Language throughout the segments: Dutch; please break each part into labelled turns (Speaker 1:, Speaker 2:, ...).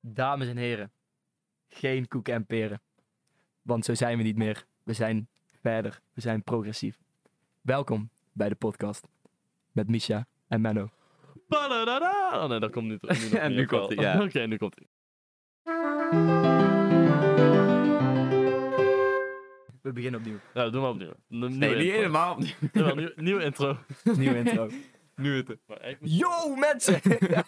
Speaker 1: Dames en heren, geen koeken en peren. Want zo zijn we niet meer. We zijn verder. We zijn progressief. Welkom bij de podcast met Misha en Menno.
Speaker 2: Badadada. Oh nee, dat komt nu terug. nog
Speaker 3: En
Speaker 2: niet,
Speaker 3: nu
Speaker 2: ook wel.
Speaker 3: komt hij, ja.
Speaker 2: Oké, nu komt hij.
Speaker 1: We beginnen opnieuw.
Speaker 2: Nou, doe maar opnieuw. Nieuwe
Speaker 3: Nee, niet
Speaker 2: intro.
Speaker 3: helemaal.
Speaker 2: Jawel, nieuw- nieuwe intro.
Speaker 1: Nieuwe intro.
Speaker 3: Nu het.
Speaker 2: Maar ik moet-
Speaker 1: Yo mensen!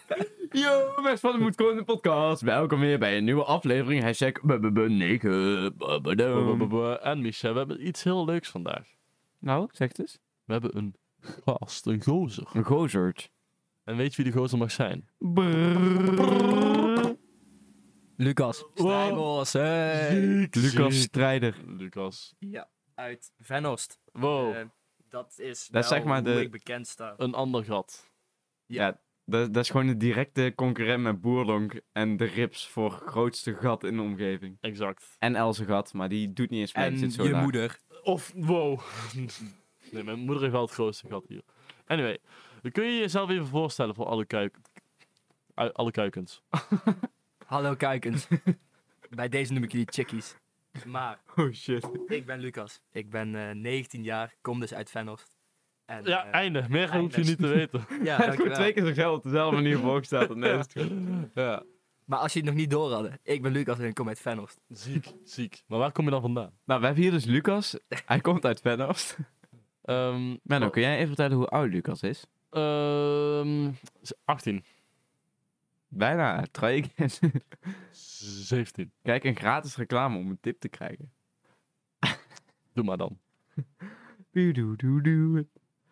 Speaker 3: Yo, mensen van de Moed Gewoon de podcast. Welkom weer bij een nieuwe aflevering. Hashtag negen.
Speaker 2: Blablabla. En Michel, we hebben iets heel leuks vandaag.
Speaker 3: Nou, zeg het eens.
Speaker 2: We hebben een gast, een gozer.
Speaker 3: Een gozerd.
Speaker 2: En weet je wie die gozer mag zijn?
Speaker 1: Lucas. Stijbos,
Speaker 2: Ziek,
Speaker 3: Lucas
Speaker 2: ziek.
Speaker 3: Strijder.
Speaker 2: Lucas.
Speaker 1: Ja, uit Venost.
Speaker 2: Wow,
Speaker 1: Eh, dat is
Speaker 3: Oh. Dat is
Speaker 1: wel
Speaker 3: zeg maar
Speaker 1: hoe
Speaker 3: de-
Speaker 1: ik bekend sta.
Speaker 2: een ander gat.
Speaker 3: Ja, dat, dat is gewoon de directe concurrent met Boerlonk. En de rips voor grootste gat in de omgeving.
Speaker 2: Exact.
Speaker 3: En Else gat, maar die doet niet eens mee.
Speaker 1: En
Speaker 3: die zit zo
Speaker 1: je
Speaker 3: laag.
Speaker 1: moeder.
Speaker 2: Of, wow. Nee, mijn moeder heeft wel het grootste gat hier. Anyway, kun je jezelf even voorstellen voor alle, kuik... ui- alle kuikens?
Speaker 1: Hallo kijkers. bij deze noem ik jullie chickies. Maar
Speaker 3: Oh shit.
Speaker 1: Ik ben Lucas. Ik ben eh, 19 jaar, kom dus uit Venhorst. En,
Speaker 2: Ja,
Speaker 1: eh,
Speaker 2: einde. Meer
Speaker 1: einde.
Speaker 2: hoef je niet te weten.
Speaker 1: ja,
Speaker 3: Hij heeft gewoon
Speaker 1: dankjewel.
Speaker 3: twee keer zichzelf op dezelfde manier voorgesteld. Nee, dat is goed.
Speaker 2: ja.
Speaker 1: Maar als je het nog niet door hadden, ik ben Lucas en ik kom uit Venhorst.
Speaker 2: Ziek, ziek. Maar waar kom je dan vandaan?
Speaker 3: Nou, we hebben hier dus Lucas. Hij komt uit Venhorst.
Speaker 2: Ehm
Speaker 3: Menno, kun jij even vertellen hoe oud Lucas is?
Speaker 2: ehm, 18.
Speaker 3: Bijna, traject.
Speaker 2: 17.
Speaker 3: Kijk, een gratis reclame om een tip te krijgen.
Speaker 2: Doe maar dan.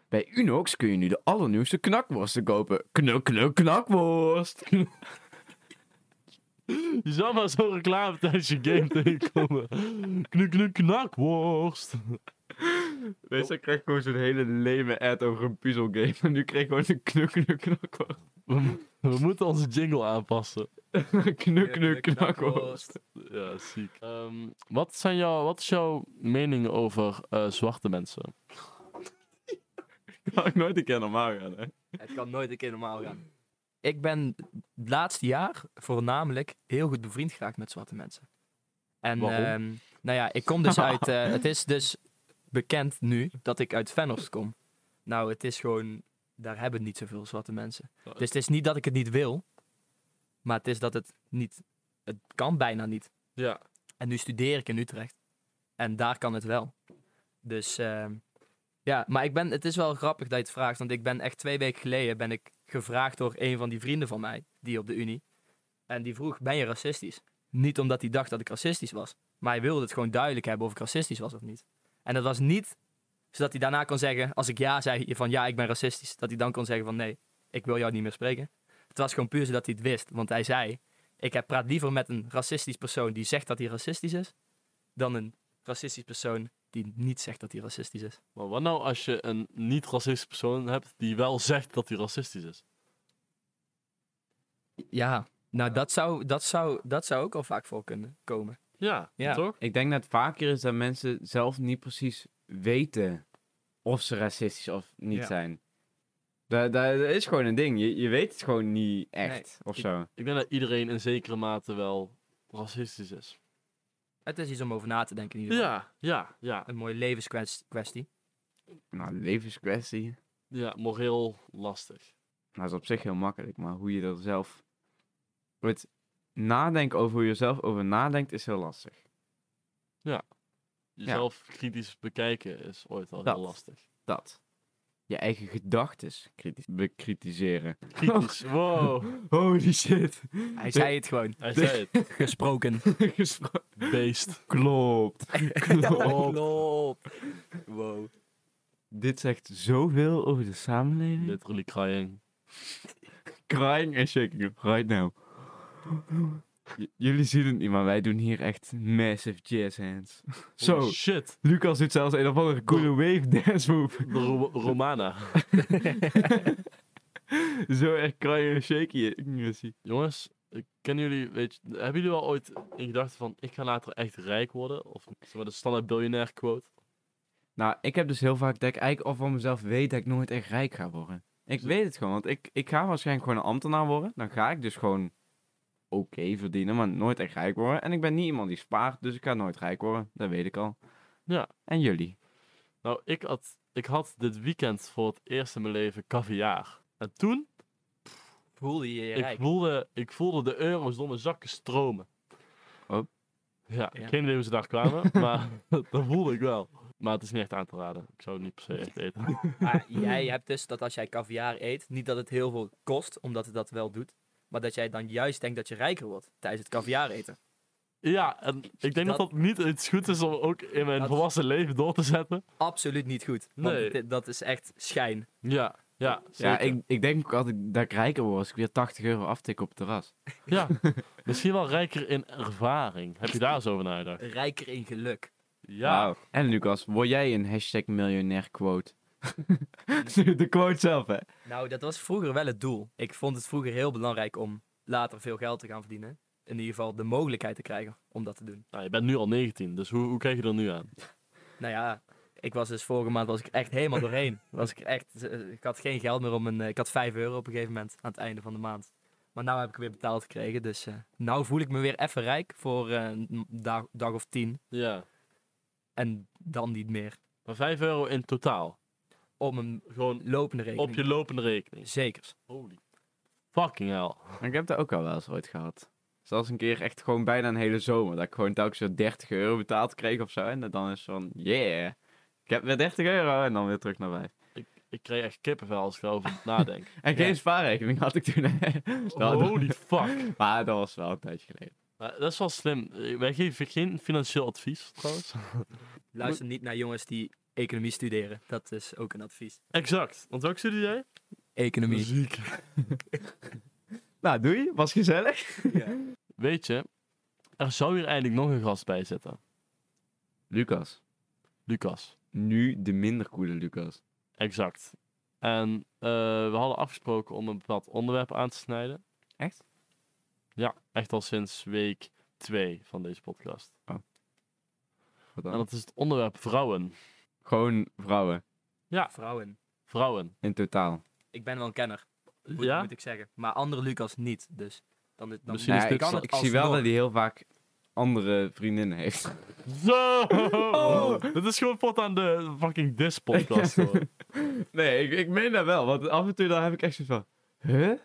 Speaker 3: Bij Unox kun je nu de allernieuwste knakworsten kopen. Knuk, knuk, knakworst.
Speaker 2: Je zou maar zo'n reclame tijdens je game tegenkomen. Knuk, knuk, knakworst.
Speaker 3: Wees, ik kreeg gewoon zo'n hele leme ad over een puzzelgame. En nu kreeg ik gewoon een knuk, knuk, knakworst.
Speaker 2: We, mo- we moeten onze jingle aanpassen.
Speaker 3: knuk, knuk, knakworst.
Speaker 2: Ja, ziek. Ehm, wat, zijn jouw, wat is jouw mening over eh, zwarte mensen?
Speaker 3: Dat had ik nooit een keer normaal gaan, hè.
Speaker 1: Het kan nooit een keer normaal gaan. Ik ben het laatste jaar voornamelijk heel goed bevriend geraakt met zwarte mensen. En
Speaker 2: Waarom?
Speaker 1: ehm, nou ja, ik kom dus uit. eh, het is dus bekend nu dat ik uit Venhorst kom. Nou, het is gewoon. Daar hebben niet zoveel zwarte mensen.
Speaker 2: Ja.
Speaker 1: Dus het is niet dat ik het niet wil, maar het is dat het niet. Het kan bijna niet.
Speaker 2: Ja.
Speaker 1: En nu studeer ik in Utrecht. En daar kan het wel. Dus ehm, ja, maar ik ben, het is wel grappig dat je het vraagt. Want ik ben echt twee weken geleden ben ik gevraagd door een van die vrienden van mij, die op de Unie. En die vroeg, ben je racistisch? Niet omdat hij dacht dat ik racistisch was. Maar hij wilde het gewoon duidelijk hebben of ik racistisch was of niet. En dat was niet zodat hij daarna kon zeggen, als ik ja zei, van ja, ik ben racistisch. Dat hij dan kon zeggen van nee, ik wil jou niet meer spreken. Het was gewoon puur zodat hij het wist. Want hij zei, ik heb- praat liever met een racistisch persoon die zegt dat hij racistisch is, dan een racistisch persoon die niet zegt dat hij racistisch is.
Speaker 2: Maar wat nou als je een niet-racistische persoon hebt die wel zegt dat hij racistisch is?
Speaker 1: Ja, nou dat zou, dat zou, dat zou ook al vaak voor kunnen komen.
Speaker 2: Ja,
Speaker 1: Ja.
Speaker 2: toch?
Speaker 3: Ik denk dat het vaker is dat mensen zelf niet precies weten of ze racistisch of niet
Speaker 1: Ja.
Speaker 3: zijn. Dat, dat, dat is gewoon een ding. Je, je weet het gewoon niet echt of
Speaker 1: ik-
Speaker 3: zo.
Speaker 2: Ik denk dat iedereen in zekere mate wel racistisch is.
Speaker 1: Het is iets om over na te denken in ieder geval.
Speaker 2: Ja, ja, ja.
Speaker 1: Een mooie levenskwestie.
Speaker 3: Nou, levenskwestie.
Speaker 2: Ja, moreel lastig.
Speaker 3: Nou, dat is op zich heel makkelijk, maar hoe je er zelf. Het nadenken over hoe je er zelf over nadenkt is heel lastig.
Speaker 2: Jezelf kritisch bekijken is ooit al
Speaker 3: Dat.
Speaker 2: heel lastig.
Speaker 3: Dat. Je eigen gedachtes kritisch bekritiseren.
Speaker 2: Kritisch. Wow.
Speaker 3: Holy shit.
Speaker 1: Hij zei het gewoon.
Speaker 2: Hij zei het.
Speaker 1: Gesproken.
Speaker 3: Gespro-
Speaker 2: Beest.
Speaker 3: Klopt. Klopt.
Speaker 1: Klopt. Wow.
Speaker 3: Dit zegt zoveel over de samenleving.
Speaker 2: Literally crying.
Speaker 3: crying and shaking right now. J- jullie zien het niet, maar wij doen hier echt massive jazz hands. Zo,
Speaker 2: Holy shit.
Speaker 3: Lucas doet zelfs een of andere coole wave dance move.
Speaker 2: De Ro- Romana.
Speaker 3: Zo erg crying and shaking is hij.
Speaker 2: Jongens, ik ken jullie, weet je, hebben jullie wel ooit in gedachten van, ik ga later echt rijk worden? Of zeg maar de standaard biljonair quote.
Speaker 3: Nou, ik heb dus heel vaak dat ik eigenlijk al van mezelf weet dat ik nooit echt rijk ga worden. Ik weet het gewoon, want ik, ik ga waarschijnlijk gewoon een ambtenaar worden. Dan ga ik dus gewoon verdienen, maar nooit echt rijk worden. En ik ben niet iemand die spaart, dus ik ga nooit rijk worden. Dat weet ik al.
Speaker 2: Ja.
Speaker 3: En jullie?
Speaker 2: Nou, ik had, ik had dit weekend voor het eerst in mijn leven caviar. En toen,
Speaker 1: Voelde je je
Speaker 2: ik
Speaker 1: rijk?
Speaker 2: voelde, ik voelde de euro's door mijn zakken stromen.
Speaker 3: Oh.
Speaker 2: Ja,
Speaker 1: Ja.
Speaker 2: geen idee hoe ze daar kwamen, maar dat voelde ik wel. Maar het is niet echt aan te raden. Ik zou het niet per se echt eten.
Speaker 1: Maar jij hebt dus dat als jij caviar eet, niet dat het heel veel kost, omdat het dat wel doet. Maar dat jij dan juist denkt dat je rijker wordt tijdens het caviar eten.
Speaker 2: Ja, en ik denk dat
Speaker 1: Dat-
Speaker 2: dat niet iets goed is om ook in mijn
Speaker 1: Dat-
Speaker 2: volwassen leven door te zetten.
Speaker 1: Absoluut niet goed. Want
Speaker 2: Nee.
Speaker 1: dit- dat is echt schijn.
Speaker 2: Ja, ja,
Speaker 3: Ja,
Speaker 2: zeker.
Speaker 3: ik, ik denk ook altijd dat ik rijker word als ik weer 80 euro aftik op het terras.
Speaker 2: Ja, misschien wel rijker in ervaring. Heb je daar eens over nagedacht?
Speaker 1: Rijker in geluk.
Speaker 2: Ja,
Speaker 3: Wauw. En Lucas, word jij een hashtag miljonair quote? de quote zelf, hè?
Speaker 1: Nou, dat was vroeger wel het doel. Ik vond het vroeger heel belangrijk om later veel geld te gaan verdienen. In ieder geval de mogelijkheid te krijgen om dat te doen.
Speaker 2: nou, je bent nu al 19, dus hoe, hoe krijg je er nu aan?
Speaker 1: Nou ja, ik was dus vorige maand was ik echt helemaal doorheen. Was ik, echt, eh, ik had geen geld meer om een. eh, Ik had 5 euro op een gegeven moment aan het einde van de maand. Maar nu heb ik weer betaald gekregen. Dus eh nou voel ik me weer even rijk voor eh, een dag, dag of tien.
Speaker 2: Ja,
Speaker 1: En dan niet meer.
Speaker 2: maar 5 euro in totaal.
Speaker 1: Om een
Speaker 2: Gewoon
Speaker 1: lopende rekening.
Speaker 2: op je lopende rekening.
Speaker 1: Zeker.
Speaker 2: Holy fucking hell.
Speaker 3: Maar ik heb dat ook al wel eens ooit gehad. Zelfs een keer echt gewoon bijna een hele zomer. Dat ik gewoon telkens weer 30 euro betaald kreeg of zo. En dat dan is van, yeah, ik heb weer 30 euro. En dan weer terug naar 5.
Speaker 2: Ik, ik kreeg echt kippenvel als ik erover nadenk.
Speaker 3: En geen spaarrekening had ik toen. hè. Dat-
Speaker 2: Holy fuck.
Speaker 3: Maar dat was wel een tijdje geleden.
Speaker 2: Maar dat is wel slim. Eh, Wij geven geen financieel advies, trouwens.
Speaker 1: Luister niet naar jongens die economie studeren. Dat is ook een advies.
Speaker 2: exact. Want welke studie jij?
Speaker 1: Economie.
Speaker 2: Muziek.
Speaker 3: Nou, doei. Was gezellig.
Speaker 2: Weet je, er zou hier eigenlijk nog een gast bij zitten.
Speaker 3: Lucas.
Speaker 2: Lucas.
Speaker 3: Nu de minder coole Lucas.
Speaker 2: Exact. En eh, we hadden afgesproken om een bepaald onderwerp aan te snijden.
Speaker 3: Echt?
Speaker 2: Ja, echt al sinds week 2 van deze podcast.
Speaker 3: Wat
Speaker 2: En
Speaker 3: dan?
Speaker 2: dat is het onderwerp vrouwen.
Speaker 3: Gewoon vrouwen.
Speaker 1: Vrouwen.
Speaker 2: Vrouwen.
Speaker 3: In totaal.
Speaker 1: Ik ben wel een kenner. Moet,
Speaker 2: ja?
Speaker 1: moet ik zeggen. Maar andere Lucas niet, dus. Dan, dan
Speaker 2: Misschien is
Speaker 3: Ja,
Speaker 2: dit
Speaker 3: ik,
Speaker 2: zo-
Speaker 3: ik zie wel dat
Speaker 1: alsnog.
Speaker 3: hij heel vaak andere vriendinnen heeft.
Speaker 2: Zo!
Speaker 3: Oh.
Speaker 2: Dit is gewoon pot aan de fucking dis podcast hoor.
Speaker 3: nee, ik, ik meen dat wel. Want af en toe dan heb ik echt zoiets van... Huh?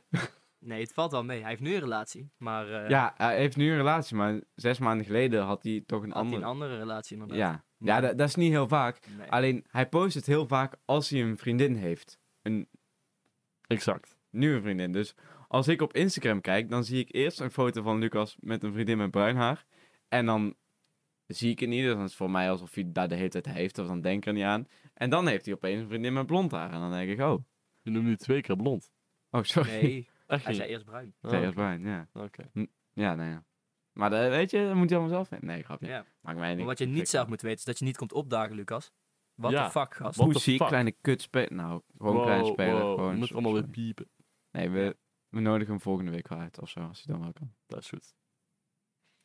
Speaker 1: Nee, het valt wel mee. Hij heeft nu een relatie, maar eh had
Speaker 3: Ja, hij heeft nu een relatie, maar zes maanden geleden had hij toch een
Speaker 1: hij
Speaker 3: andere.
Speaker 1: een andere relatie inderdaad.
Speaker 3: ja, ja dat, dat is niet heel vaak.
Speaker 1: Nee.
Speaker 3: Alleen, hij post het heel vaak als hij een vriendin heeft. Een
Speaker 2: Exact.
Speaker 3: nieuwe vriendin. Dus als ik op Instagram kijk, dan zie ik eerst een foto van Lucas met een vriendin met bruin haar. En dan zie ik het niet, dus dan is het voor mij alsof hij daar de hele tijd heeft, of dan denk ik er niet aan. En dan heeft hij opeens een vriendin met blond haar. En dan denk ik, oh,
Speaker 2: Je noemt nu twee keer blond.
Speaker 3: oh sorry.
Speaker 1: Nee,
Speaker 2: Echt
Speaker 1: hij
Speaker 2: niet?
Speaker 1: zei eerst bruin.
Speaker 2: Oh,
Speaker 3: Zij is bruin, ja.
Speaker 2: Oké.
Speaker 3: Ja, nou ja. Maar dat, weet je, dat moet je allemaal zelf weten. Nee, grapje.
Speaker 1: Ja.
Speaker 3: Maakt mij
Speaker 1: Maar
Speaker 3: niet.
Speaker 1: wat je niet zelf moet weten is dat je niet komt opdagen, Lucas. Wat
Speaker 2: Ja.
Speaker 1: de fuck, gast.
Speaker 2: Wat-
Speaker 3: Hoe
Speaker 2: the
Speaker 3: zie ik
Speaker 2: fuck?
Speaker 3: kleine kutspel? Nou, gewoon
Speaker 2: Wow,
Speaker 3: kleine speler.
Speaker 2: wow,
Speaker 3: gewoon
Speaker 2: we moeten allemaal weer piepen.
Speaker 3: Nee, we, we nodigen hem volgende week wel uit of zo, als hij dan wel kan.
Speaker 2: Dat is goed.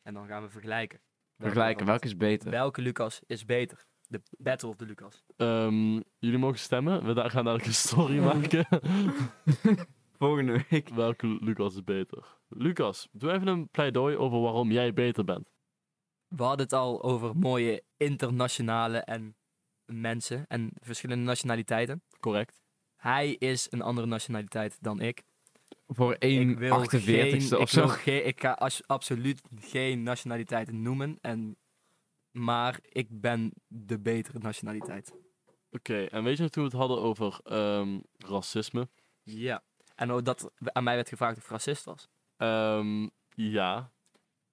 Speaker 1: En dan gaan we vergelijken. Welke
Speaker 3: Vergelijken, eh?
Speaker 1: van-
Speaker 3: welke is beter?
Speaker 1: Welke Lucas is beter? De Battle of de Lucas.
Speaker 2: Ehm, jullie mogen stemmen. We da- gaan dadelijk een story maken.
Speaker 3: Volgende week.
Speaker 2: Welke Lucas is beter? Lucas, doe even een pleidooi over waarom jij beter bent.
Speaker 1: We hadden het al over mooie internationale en mensen en verschillende nationaliteiten.
Speaker 2: Correct.
Speaker 1: Hij is een andere nationaliteit dan ik.
Speaker 3: Voor
Speaker 1: Ik
Speaker 3: 1
Speaker 1: wil
Speaker 3: 48
Speaker 1: geen,
Speaker 3: of
Speaker 1: ik,
Speaker 3: zo.
Speaker 1: wil geen- ik ga as- absoluut geen nationaliteit noemen. En, maar ik ben de betere nationaliteit.
Speaker 2: Oké, en weet je nog toen we het hadden over ehm, racisme?
Speaker 1: Ja. En ook dat aan mij werd gevraagd of ik racist was.
Speaker 2: Ehm, ja.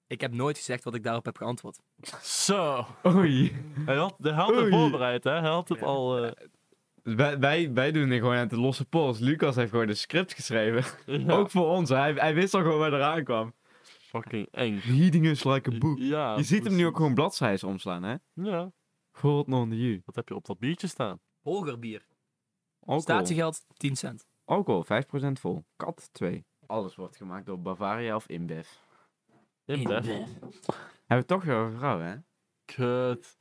Speaker 1: Ik heb nooit gezegd wat ik daarop heb geantwoord.
Speaker 2: Zo.
Speaker 3: Oei.
Speaker 2: Hij had, hij had het
Speaker 3: Oei.
Speaker 2: voorbereid, hè? Hij had het
Speaker 1: Ja.
Speaker 2: al... eh,
Speaker 3: Wij, wij, wij doen dit gewoon uit de losse pols. Lucas heeft gewoon de script geschreven.
Speaker 2: ja.
Speaker 3: Ook voor ons. Hij, hij wist al gewoon waar eraan kwam.
Speaker 2: fucking eng.
Speaker 3: Reading is like a book.
Speaker 2: Ja,
Speaker 3: Je ziet hem nu
Speaker 2: precies.
Speaker 3: ook gewoon bladzijden omslaan, hè?
Speaker 2: Ja.
Speaker 3: God non you.
Speaker 2: Wat heb je op dat biertje staan?
Speaker 1: Holger bier.
Speaker 3: Alcohol.
Speaker 1: Statiegeld 10 cent.
Speaker 3: Alcohol, 5% vol. Kat, 2. Alles wordt gemaakt door Bavaria of InBev.
Speaker 2: Inbev.
Speaker 3: Hebben we het toch weer over vrouwen, hè?
Speaker 2: Kut.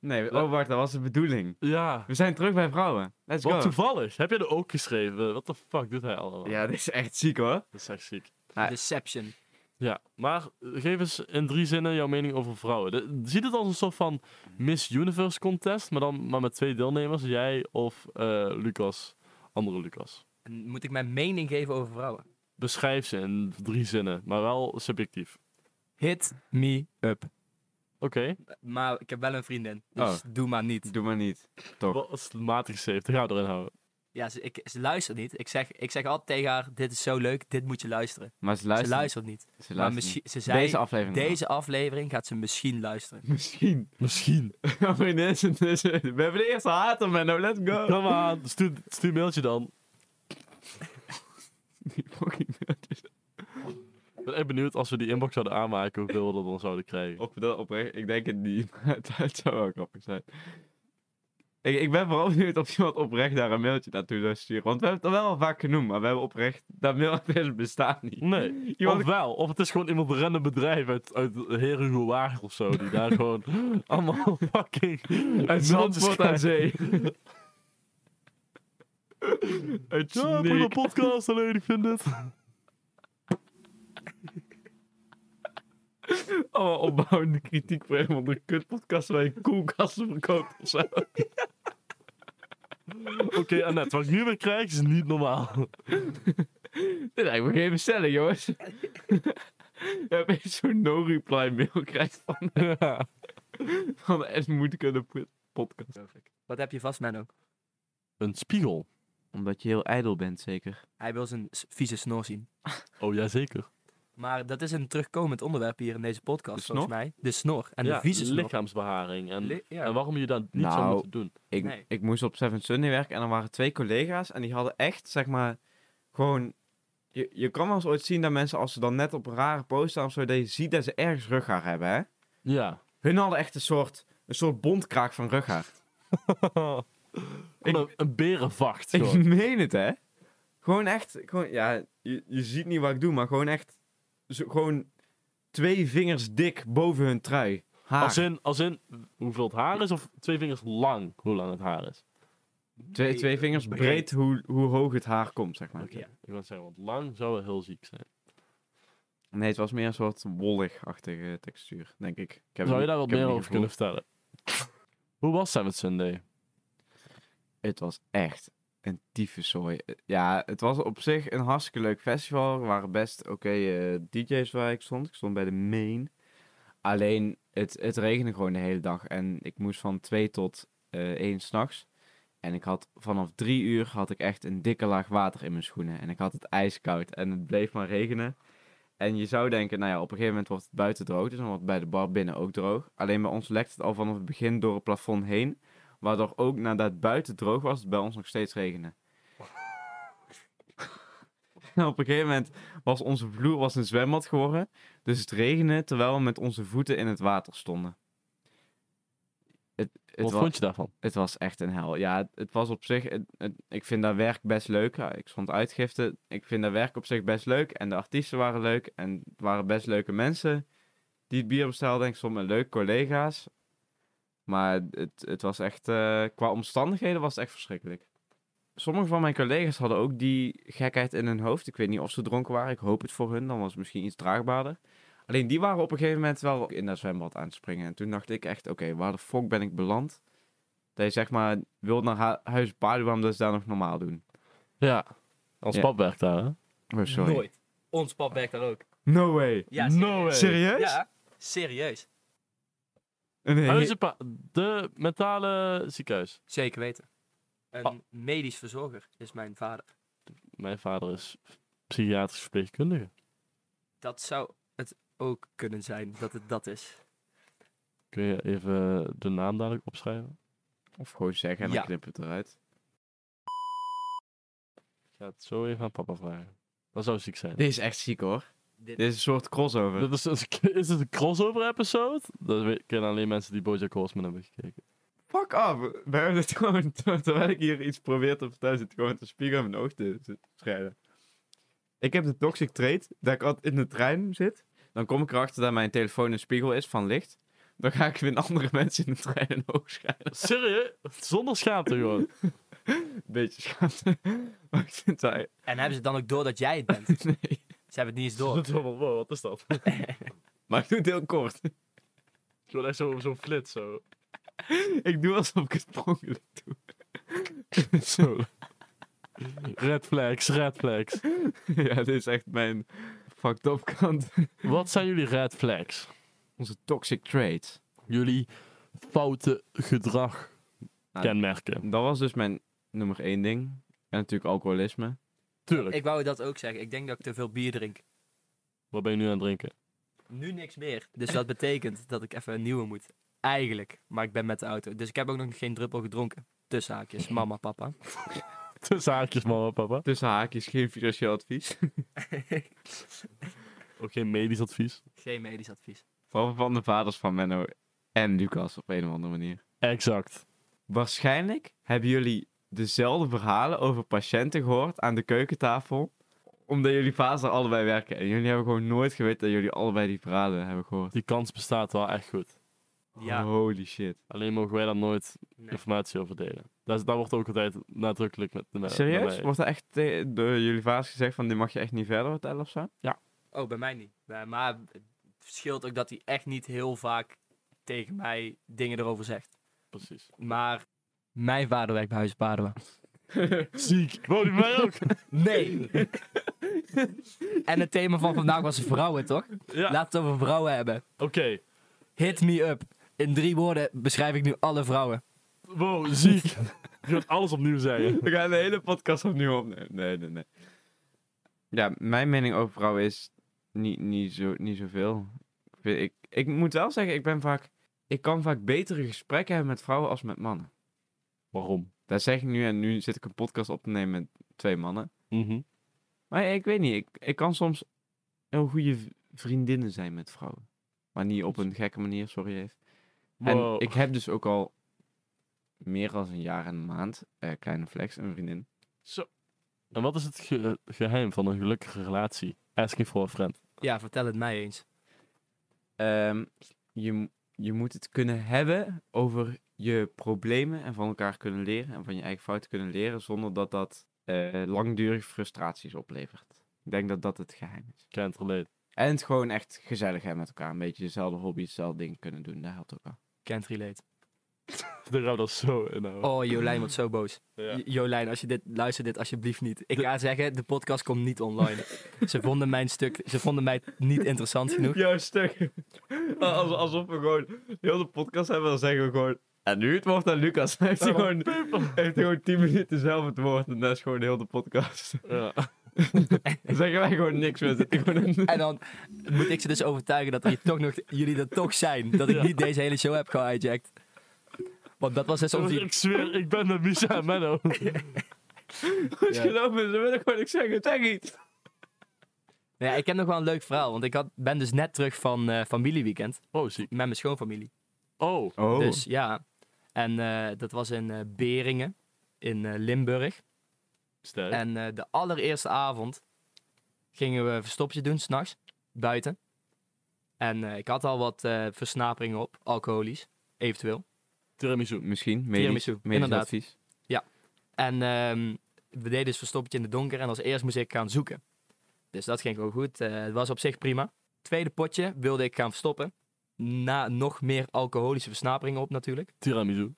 Speaker 3: Nee,
Speaker 2: Wat?
Speaker 3: oh wacht, dat was de bedoeling.
Speaker 2: Ja.
Speaker 3: We zijn terug bij vrouwen. Let's
Speaker 2: Wat
Speaker 3: go.
Speaker 2: toevallig. Heb je er ook geschreven? Wat de fuck doet hij allemaal?
Speaker 3: Ja, dit is echt ziek hoor.
Speaker 2: Dat is echt ziek.
Speaker 3: Ah.
Speaker 1: Deception.
Speaker 2: Ja, maar eh, geef eens in drie zinnen jouw mening over vrouwen. De- ziet het als een soort van Miss Universe contest, maar dan maar met twee deelnemers, jij of eh, Lucas, andere Lucas.
Speaker 1: En moet ik mijn mening geven over vrouwen?
Speaker 2: Beschrijf ze in drie zinnen, maar wel subjectief.
Speaker 1: Hit me up.
Speaker 2: Oké,
Speaker 1: Maar ik heb wel een vriendin, dus
Speaker 3: Oh.
Speaker 1: doe maar niet.
Speaker 3: Doe maar niet.
Speaker 2: wat is matig safe? Daar gaan we erin houden.
Speaker 1: Ja, ze, ik, ze luistert niet. Ik zeg, ik zeg altijd tegen haar, dit is zo leuk, dit moet je luisteren.
Speaker 3: Maar ze
Speaker 1: Ze
Speaker 3: luisteren.
Speaker 1: luistert niet.
Speaker 3: ze
Speaker 1: Maar
Speaker 3: luisteren
Speaker 1: misschien, ze
Speaker 3: niet.
Speaker 1: zei,
Speaker 3: Deze
Speaker 1: deze,
Speaker 3: aflevering.
Speaker 1: aflevering gaat ze misschien luisteren.
Speaker 3: Misschien.
Speaker 2: Misschien.
Speaker 3: Oh, dit is- dit is- We hebben de eerste hater, man. Nou, let's go.
Speaker 2: Kom aan, stuur, stuur een mailtje dan.
Speaker 3: Die fucking mailtjes.
Speaker 2: Ik ben echt benieuwd als we die inbox zouden aanmaken, hoeveel we er dan zouden krijgen.
Speaker 3: Of we dat oprecht... Ik denk het niet, maar het, het zou wel grappig zijn. Ik, ik ben vooral benieuwd of iemand oprecht daar een mailtje naartoe zou sturen. Want we hebben het al wel vaak genoemd, maar we hebben oprecht... Dat mailadres bestaat niet.
Speaker 2: Nee,
Speaker 3: Iemand-
Speaker 2: of wel. Of het is gewoon iemand een random bedrijf uit, uit Heer Hugo Wagen of zo, die daar gewoon allemaal fucking...
Speaker 3: Uit
Speaker 2: mailtjes
Speaker 3: Zandvoort aan
Speaker 2: krijgt.
Speaker 3: zee. Uit
Speaker 2: Ja,
Speaker 3: Sneek.
Speaker 2: voor een podcast, alleen ik vind het.
Speaker 3: Allemaal Oh, opbouwende kritiek voor een van de kutpodcast waar je koelkasten verkoopt of zo.
Speaker 2: Oké, Annette, wat ik nu weer krijg is niet normaal.
Speaker 3: Dit lijkt me geen bestelling, jongens. Je hebt echt zo'n no-reply mail krijgt van,
Speaker 2: ja.
Speaker 3: van de S moet kunnen pod- podcast.
Speaker 1: Wat heb je vast, Menno?
Speaker 2: Een spiegel.
Speaker 3: Omdat je heel ijdel bent, zeker.
Speaker 1: Hij wil zijn s- vieze snor zien.
Speaker 2: Oh, jazeker.
Speaker 1: Maar dat is een terugkomend onderwerp hier in deze podcast,
Speaker 3: De
Speaker 1: volgens mij. De snor en
Speaker 2: ja,
Speaker 1: de vieze snor.
Speaker 2: lichaamsbeharing. En,
Speaker 1: Li- ja.
Speaker 2: en waarom je dat niet zou
Speaker 3: Nou.
Speaker 2: moeten doen.
Speaker 3: Ik,
Speaker 1: Nee.
Speaker 3: ik moest op Seven Sunday werken en er waren twee collega's en die hadden echt, zeg maar, gewoon... Je, je kan wel eens ooit zien dat mensen, als ze dan net op een rare post staan of zo, dat je ziet dat ze ergens rughaar hebben, hè?
Speaker 2: Ja.
Speaker 3: Hun hadden echt een soort, een soort bondkraak van rughaar.
Speaker 2: Ik... Een, een berenvacht.
Speaker 3: Ik
Speaker 2: gewoon.
Speaker 3: meen het, hè? Gewoon echt, gewoon, ja, je, je ziet niet wat ik doe, maar gewoon echt, zo, gewoon twee vingers dik boven hun trui. Haar.
Speaker 2: Als in, als in hoeveel het haar is of twee vingers lang hoe lang het haar is.
Speaker 3: twee,
Speaker 1: eh,
Speaker 3: twee vingers breed, hoe, hoe hoog het haar komt, zeg maar.
Speaker 2: Oké. Ik wil zeggen, want lang zou wel heel ziek zijn.
Speaker 3: Nee, het was meer een soort wollig-achtige textuur, denk ik. ik heb
Speaker 2: zou je
Speaker 3: het
Speaker 2: daar wat
Speaker 3: niet- ik
Speaker 2: meer
Speaker 3: heb
Speaker 2: over
Speaker 3: het niet
Speaker 2: kunnen vertellen? Hoe was Seventh Sunday?
Speaker 3: gevoeld. Het was echt een tyfuszooi. Ja, het was op zich een hartstikke leuk festival. Er waren best oké eh, DJ's waar ik stond. Ik stond bij de main. Alleen, het, het regende gewoon de hele dag. En ik moest van twee tot eh één s'nachts. En ik had vanaf drie uur had ik echt een dikke laag water in mijn schoenen. En ik had het ijskoud. En het bleef maar regenen. En je zou denken, nou ja, op een gegeven moment wordt het buiten droog. Dus dan wordt het bij de bar binnen ook droog. Alleen bij ons lekt het al vanaf het begin door het plafond heen. Waardoor ook nadat het buiten droog was, het bij ons nog steeds regende. En op een gegeven moment was onze vloer was een zwembad geworden. Dus het regende terwijl we met onze voeten in het water stonden. Het, het
Speaker 2: Wat
Speaker 3: wa-
Speaker 2: vond je daarvan?
Speaker 3: het was echt een hel. Ja, het, het was op zich. het- het- ik vind dat werk best leuk. Ja, ik stond uitgifte. Ik vind dat werk op zich best leuk. En de artiesten waren leuk. En het waren best leuke mensen die het bier bestelden. En ik stond met leuke collega's. Maar het, het was echt. eh, qua omstandigheden was het echt verschrikkelijk. Sommige van mijn collega's hadden ook die gekheid in hun hoofd. Ik weet niet of ze dronken waren. Ik hoop het voor hun. Dan was het misschien iets draagbaarder. Alleen die waren op een gegeven moment wel in dat zwembad aan het springen. En toen dacht ik echt: oké, waar de fuck ben ik beland? Dat je zeg maar wilt naar hu- huis paarden, waarom dat ze daar nog normaal doen.
Speaker 2: Ja. Als
Speaker 3: Ja.
Speaker 2: pap werkt daar, hè?
Speaker 3: Oh, sorry.
Speaker 1: Nooit. Ons pap werkt dat ook.
Speaker 3: No way.
Speaker 1: Ja,
Speaker 2: no way.
Speaker 3: Serieus?
Speaker 1: Ja, serieus.
Speaker 3: Een he-
Speaker 2: Huizenpa- de mentale ziekenhuis.
Speaker 1: Zeker weten. Een
Speaker 2: Ah.
Speaker 1: medisch verzorger is mijn vader.
Speaker 2: Mijn vader is psychiatrisch verpleegkundige.
Speaker 1: Dat zou het ook kunnen zijn dat het dat is.
Speaker 2: Kun je even de naam dadelijk opschrijven?
Speaker 3: Of gewoon zeggen en
Speaker 1: Ja.
Speaker 3: dan knip het eruit.
Speaker 2: Ik ga het zo even aan papa vragen. Dat zou ziek zijn.
Speaker 3: Dit is echt ziek hoor.
Speaker 1: Dit,
Speaker 3: Dit is een soort crossover.
Speaker 2: Dat is, is het een crossover episode? Dat we- kennen alleen mensen die Bojack Horseman hebben gekeken.
Speaker 3: Fuck af. We hebben het gewoon, ter- terwijl ik hier iets probeer te vertellen, zit ik gewoon te spiegel in mijn oog te te schrijven. Ik heb de toxic trait, dat ik altijd in de trein zit. Dan kom ik erachter dat mijn telefoon een spiegel is van licht. Dan ga ik weer andere mensen in de trein in oog schrijven.
Speaker 2: Serieus? Zonder schaamte gewoon.
Speaker 3: Beetje schaamte. Maar ik vind het eigenlijk-
Speaker 1: En hebben ze dan ook door dat jij het bent?
Speaker 3: Nee.
Speaker 1: hebben het niet eens door.
Speaker 2: Wow, wat is dat?
Speaker 3: Maar ik doe het heel kort.
Speaker 2: Ik word echt zo- zo'n flits zo.
Speaker 3: ik doe alsof ik het per ongeluk doe.
Speaker 2: zo. Red flags, red flags.
Speaker 3: ja, dit is echt mijn fucked up kant.
Speaker 2: Wat zijn jullie red flags?
Speaker 3: Onze toxic traits.
Speaker 2: Jullie foute gedrag
Speaker 3: Nou,
Speaker 2: kenmerken.
Speaker 3: Dat was dus mijn nummer één ding. En natuurlijk alcoholisme.
Speaker 2: Tuurlijk.
Speaker 1: Ik wou dat ook zeggen. Ik denk dat ik te veel bier drink.
Speaker 2: Wat ben je nu aan het drinken?
Speaker 1: Nu niks meer. Dus dat betekent dat ik even een nieuwe moet. Eigenlijk. Maar ik ben met de auto. Dus ik heb ook nog geen druppel gedronken. Tussen haakjes. Mama, papa.
Speaker 2: Tussen haakjes, mama, papa.
Speaker 3: Tussen haakjes geen financieel advies.
Speaker 2: Ook geen medisch advies.
Speaker 1: geen medisch advies.
Speaker 3: Vooral van de vaders van Menno en Lucas op een of andere manier.
Speaker 2: Exact.
Speaker 3: Waarschijnlijk hebben jullie dezelfde verhalen over patiënten gehoord aan de keukentafel. Omdat jullie vaders daar allebei werken. En jullie hebben gewoon nooit geweten dat jullie allebei die verhalen hebben gehoord.
Speaker 2: Die kans bestaat wel echt goed.
Speaker 1: Ja.
Speaker 3: Holy shit.
Speaker 2: Alleen mogen wij daar nooit
Speaker 1: Nee.
Speaker 2: informatie over delen. Daar, is- daar wordt ook altijd nadrukkelijk met de
Speaker 3: Serieus? Wordt er echt eh, door jullie vaders gezegd van dit mag je echt niet verder vertellen of zo?
Speaker 1: Oh, bij mij niet. Bij- maar het verschilt ook dat hij echt niet heel vaak tegen mij dingen erover zegt.
Speaker 2: Precies.
Speaker 1: Maar mijn vader werkt bij Huis Paduwa.
Speaker 2: Ziek. Wou die mij ook?
Speaker 1: Nee! en het thema van vandaag was vrouwen, toch?
Speaker 2: Ja.
Speaker 1: Laten we het over vrouwen hebben.
Speaker 2: Oké.
Speaker 1: Hit me up. In drie woorden beschrijf ik nu alle vrouwen.
Speaker 2: Wow, ziek. Je gaat alles opnieuw zeggen.
Speaker 3: We gaan de hele podcast opnieuw opnemen. Nee, nee, nee. Ja, mijn mening over vrouwen is niet, niet, zo, niet zoveel. Ik, vind- ik, ik moet wel zeggen, ik ben vaak... Ik kan vaak betere gesprekken hebben met vrouwen als met mannen.
Speaker 2: Waarom?
Speaker 3: Dat zeg ik nu en nu zit ik een podcast op te nemen met twee mannen.
Speaker 2: Mhm.
Speaker 3: Maar ik weet niet, ik, ik kan soms heel goede v- vriendinnen zijn met vrouwen. Maar niet op een gekke manier, sorry even.
Speaker 2: Wow.
Speaker 3: En ik heb dus ook al meer dan een jaar en een maand, eh, kleine flex, een vriendin.
Speaker 2: Zo. En wat is het ge- geheim van een gelukkige relatie? Asking for a friend.
Speaker 1: Ja, vertel het mij eens.
Speaker 3: Ehm, je, m- je moet het kunnen hebben over je problemen en van elkaar kunnen leren en van je eigen fouten kunnen leren zonder dat dat eh langdurig frustraties oplevert. Ik denk dat dat het geheim is.
Speaker 2: Can't relate.
Speaker 3: En het gewoon echt gezellig hebben met elkaar. Een beetje dezelfde hobby, hetzelfde ding kunnen doen. Dat helpt ook wel.
Speaker 1: Can't relate.
Speaker 2: Daar gaan we dat zo in houden.
Speaker 1: Oh, Jolijn wordt zo boos.
Speaker 2: Ja.
Speaker 1: J- Jolijn, als je dit luistert, dit alsjeblieft niet. Ik ga zeggen, de podcast komt niet online. ze vonden mijn stuk, ze vonden mij niet interessant genoeg.
Speaker 3: Jouw stuk. alsof we gewoon heel de podcast hebben, dan zeggen we gewoon... En nu het woord aan Lucas. Heeft hij gewoon, heeft gewoon 10 minuten zelf het woord en dat is gewoon heel de podcast.
Speaker 2: Ja.
Speaker 3: Dan zeggen wij gewoon niks meer. Zitten gewoon in-
Speaker 1: En dan moet ik ze dus overtuigen dat er toch nog, jullie er toch zijn. Dat ik
Speaker 2: Ja.
Speaker 1: niet deze hele show heb gehijacked. Want dat was dus
Speaker 2: Soms
Speaker 1: onze...
Speaker 2: ik zweer, ik ben met Misha en Menno.
Speaker 3: Dus geloof me, ze willen gewoon niks zeggen. Zeg iets.
Speaker 1: Ja, ik heb nog wel een leuk verhaal. Want ik had, ben dus net terug van eh, familieweekend.
Speaker 2: Oh, ziek.
Speaker 1: Met mijn schoonfamilie.
Speaker 2: Oh.
Speaker 3: Oh.
Speaker 1: Dus ja. En eh, dat was in eh, Beringen. In eh, Limburg.
Speaker 2: Sterk.
Speaker 1: En eh, de allereerste avond gingen we een verstopje doen, s'nachts, buiten. En eh, ik had al wat eh, versnaperingen op, alcoholisch, eventueel.
Speaker 2: Tiramisu.
Speaker 3: Misschien,
Speaker 1: Tiramisu, inderdaad.
Speaker 3: advies.
Speaker 1: En ehm, we deden dus verstoppertje in de donker en als eerst moest ik gaan zoeken. Dus dat ging gewoon goed. eh, het was op zich prima. Tweede potje wilde ik gaan verstoppen. Na nog meer alcoholische versnaperingen op natuurlijk.
Speaker 2: Tiramisu.
Speaker 1: Toen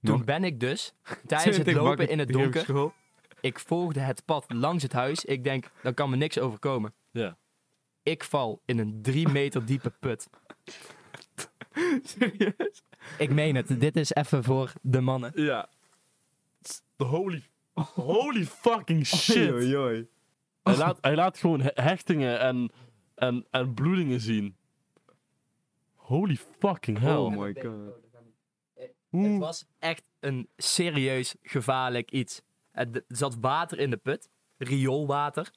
Speaker 3: Nog-
Speaker 1: ben ik dus tijdens het lopen in het donker. Ik volgde het pad langs het huis. Ik denk, dan kan me niks overkomen.
Speaker 2: Ja.
Speaker 1: Ik val in een drie meter diepe put.
Speaker 3: Serieus?
Speaker 1: Ik meen het. Dit is even voor de mannen.
Speaker 2: Ja. Holy, holy fucking
Speaker 3: Shit.
Speaker 2: shit. Hij laat, hij laat gewoon he- hechtingen en, en, en bloedingen zien. Holy fucking hell.
Speaker 3: Oh my god.
Speaker 1: Het
Speaker 2: Hoe?
Speaker 1: was echt een serieus gevaarlijk iets. Er d- zat water in de put. Rioolwater.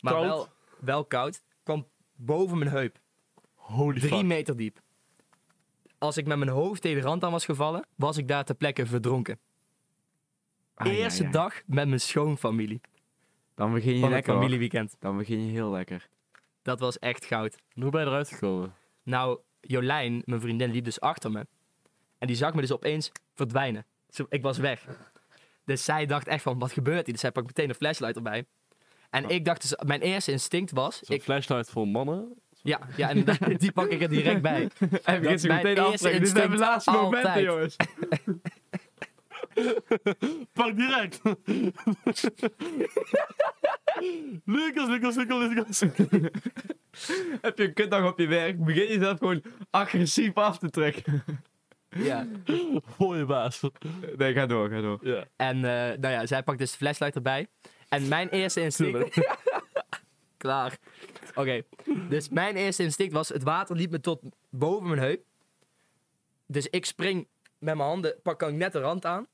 Speaker 1: Maar
Speaker 2: Koud.
Speaker 1: Wel, wel koud. Kwam boven mijn heup.
Speaker 2: Holy
Speaker 1: Drie
Speaker 2: fuck.
Speaker 1: meter diep. Als ik met mijn hoofd tegen de rand aan was gevallen, was ik daar ter plekke verdronken. Eerste dag met mijn schoonfamilie.
Speaker 3: Dan begin je
Speaker 1: Van het
Speaker 3: lekker. hoor.
Speaker 1: familieweekend.
Speaker 3: Dan begin je heel lekker.
Speaker 1: Dat was echt goud.
Speaker 2: En Hoe ben je eruit gekomen?
Speaker 1: Nou, Jolijn, mijn vriendin, liep dus achter me. En die zag me dus opeens verdwijnen. Zo, ik was weg. Dus zij dacht echt van, wat gebeurt hier? Dus zij pakt meteen een flashlight erbij. En ik dacht dus, mijn eerste instinct was...
Speaker 2: Zo'n
Speaker 1: Ik,
Speaker 2: flashlight voor mannen.
Speaker 1: ja, ja, inderdaad, die pak ik er direct bij.
Speaker 3: En begint
Speaker 1: is
Speaker 3: ze
Speaker 1: mijn
Speaker 3: meteen af
Speaker 1: eerste
Speaker 3: te trekken. Dit zijn mijn
Speaker 1: instinct
Speaker 3: laatste momenten,
Speaker 1: altijd.
Speaker 3: jongens.
Speaker 2: Pak direct! Lucas, Lucas, Lucas, Lucas.
Speaker 3: Heb je een kutdag op je werk, begin jezelf gewoon agressief af te trekken.
Speaker 1: Ja.
Speaker 2: Mooie baas.
Speaker 3: Nee, ga door, ga door.
Speaker 2: Ja.
Speaker 1: En eh, nou ja, zij pakt dus de flashlight erbij. En mijn eerste instinct...
Speaker 2: Tuurlijk.
Speaker 1: Klaar. Oké. Dus mijn eerste instinct was, het water liep me tot boven mijn heup. Dus ik spring met mijn handen, pak kan ik net de rand aan.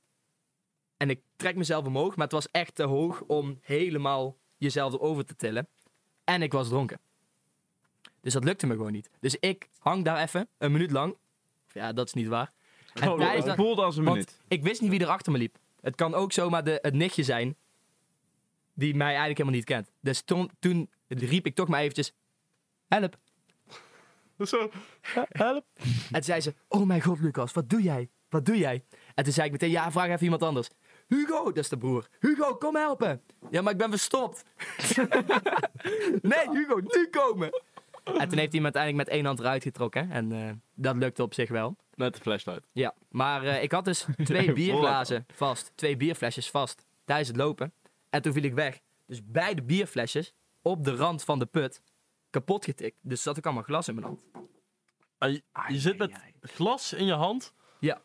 Speaker 1: En ik trek mezelf omhoog, maar het was echt te hoog om helemaal jezelf erover te tillen. En ik was dronken. Dus dat lukte me gewoon niet. Dus ik hang daar even, een minuut lang. Ja, dat is niet waar. En
Speaker 3: Oh,
Speaker 1: tijdens
Speaker 3: het
Speaker 1: dat-
Speaker 3: voelde als een
Speaker 1: want-
Speaker 3: minuut.
Speaker 1: ik wist niet wie er achter me liep. Het kan ook zomaar de, het nichtje zijn. Die mij eigenlijk helemaal niet kent. Dus toen, toen riep ik toch maar eventjes... Help.
Speaker 2: Zo, help.
Speaker 1: En toen zei ze... Oh mijn god, Lucas. Wat doe jij? Wat doe jij? En toen zei ik meteen... Ja, vraag even iemand anders. Hugo, dat is de broer. Hugo, kom helpen. Ja, maar ik ben verstopt. nee, Hugo, nu komen. En toen heeft hij me uiteindelijk met één hand eruit getrokken. En eh, dat lukte op zich wel.
Speaker 2: Met de flashlight.
Speaker 1: Ja, maar eh, ik had dus twee bierglazen vast, twee bierflesjes vast tijdens het lopen. En toen viel ik weg. Dus beide bierflesjes op de rand van de put kapot getikt. Dus zat ik allemaal glas in mijn hand.
Speaker 2: Ah, je, je zit met glas in je hand.
Speaker 1: Ja.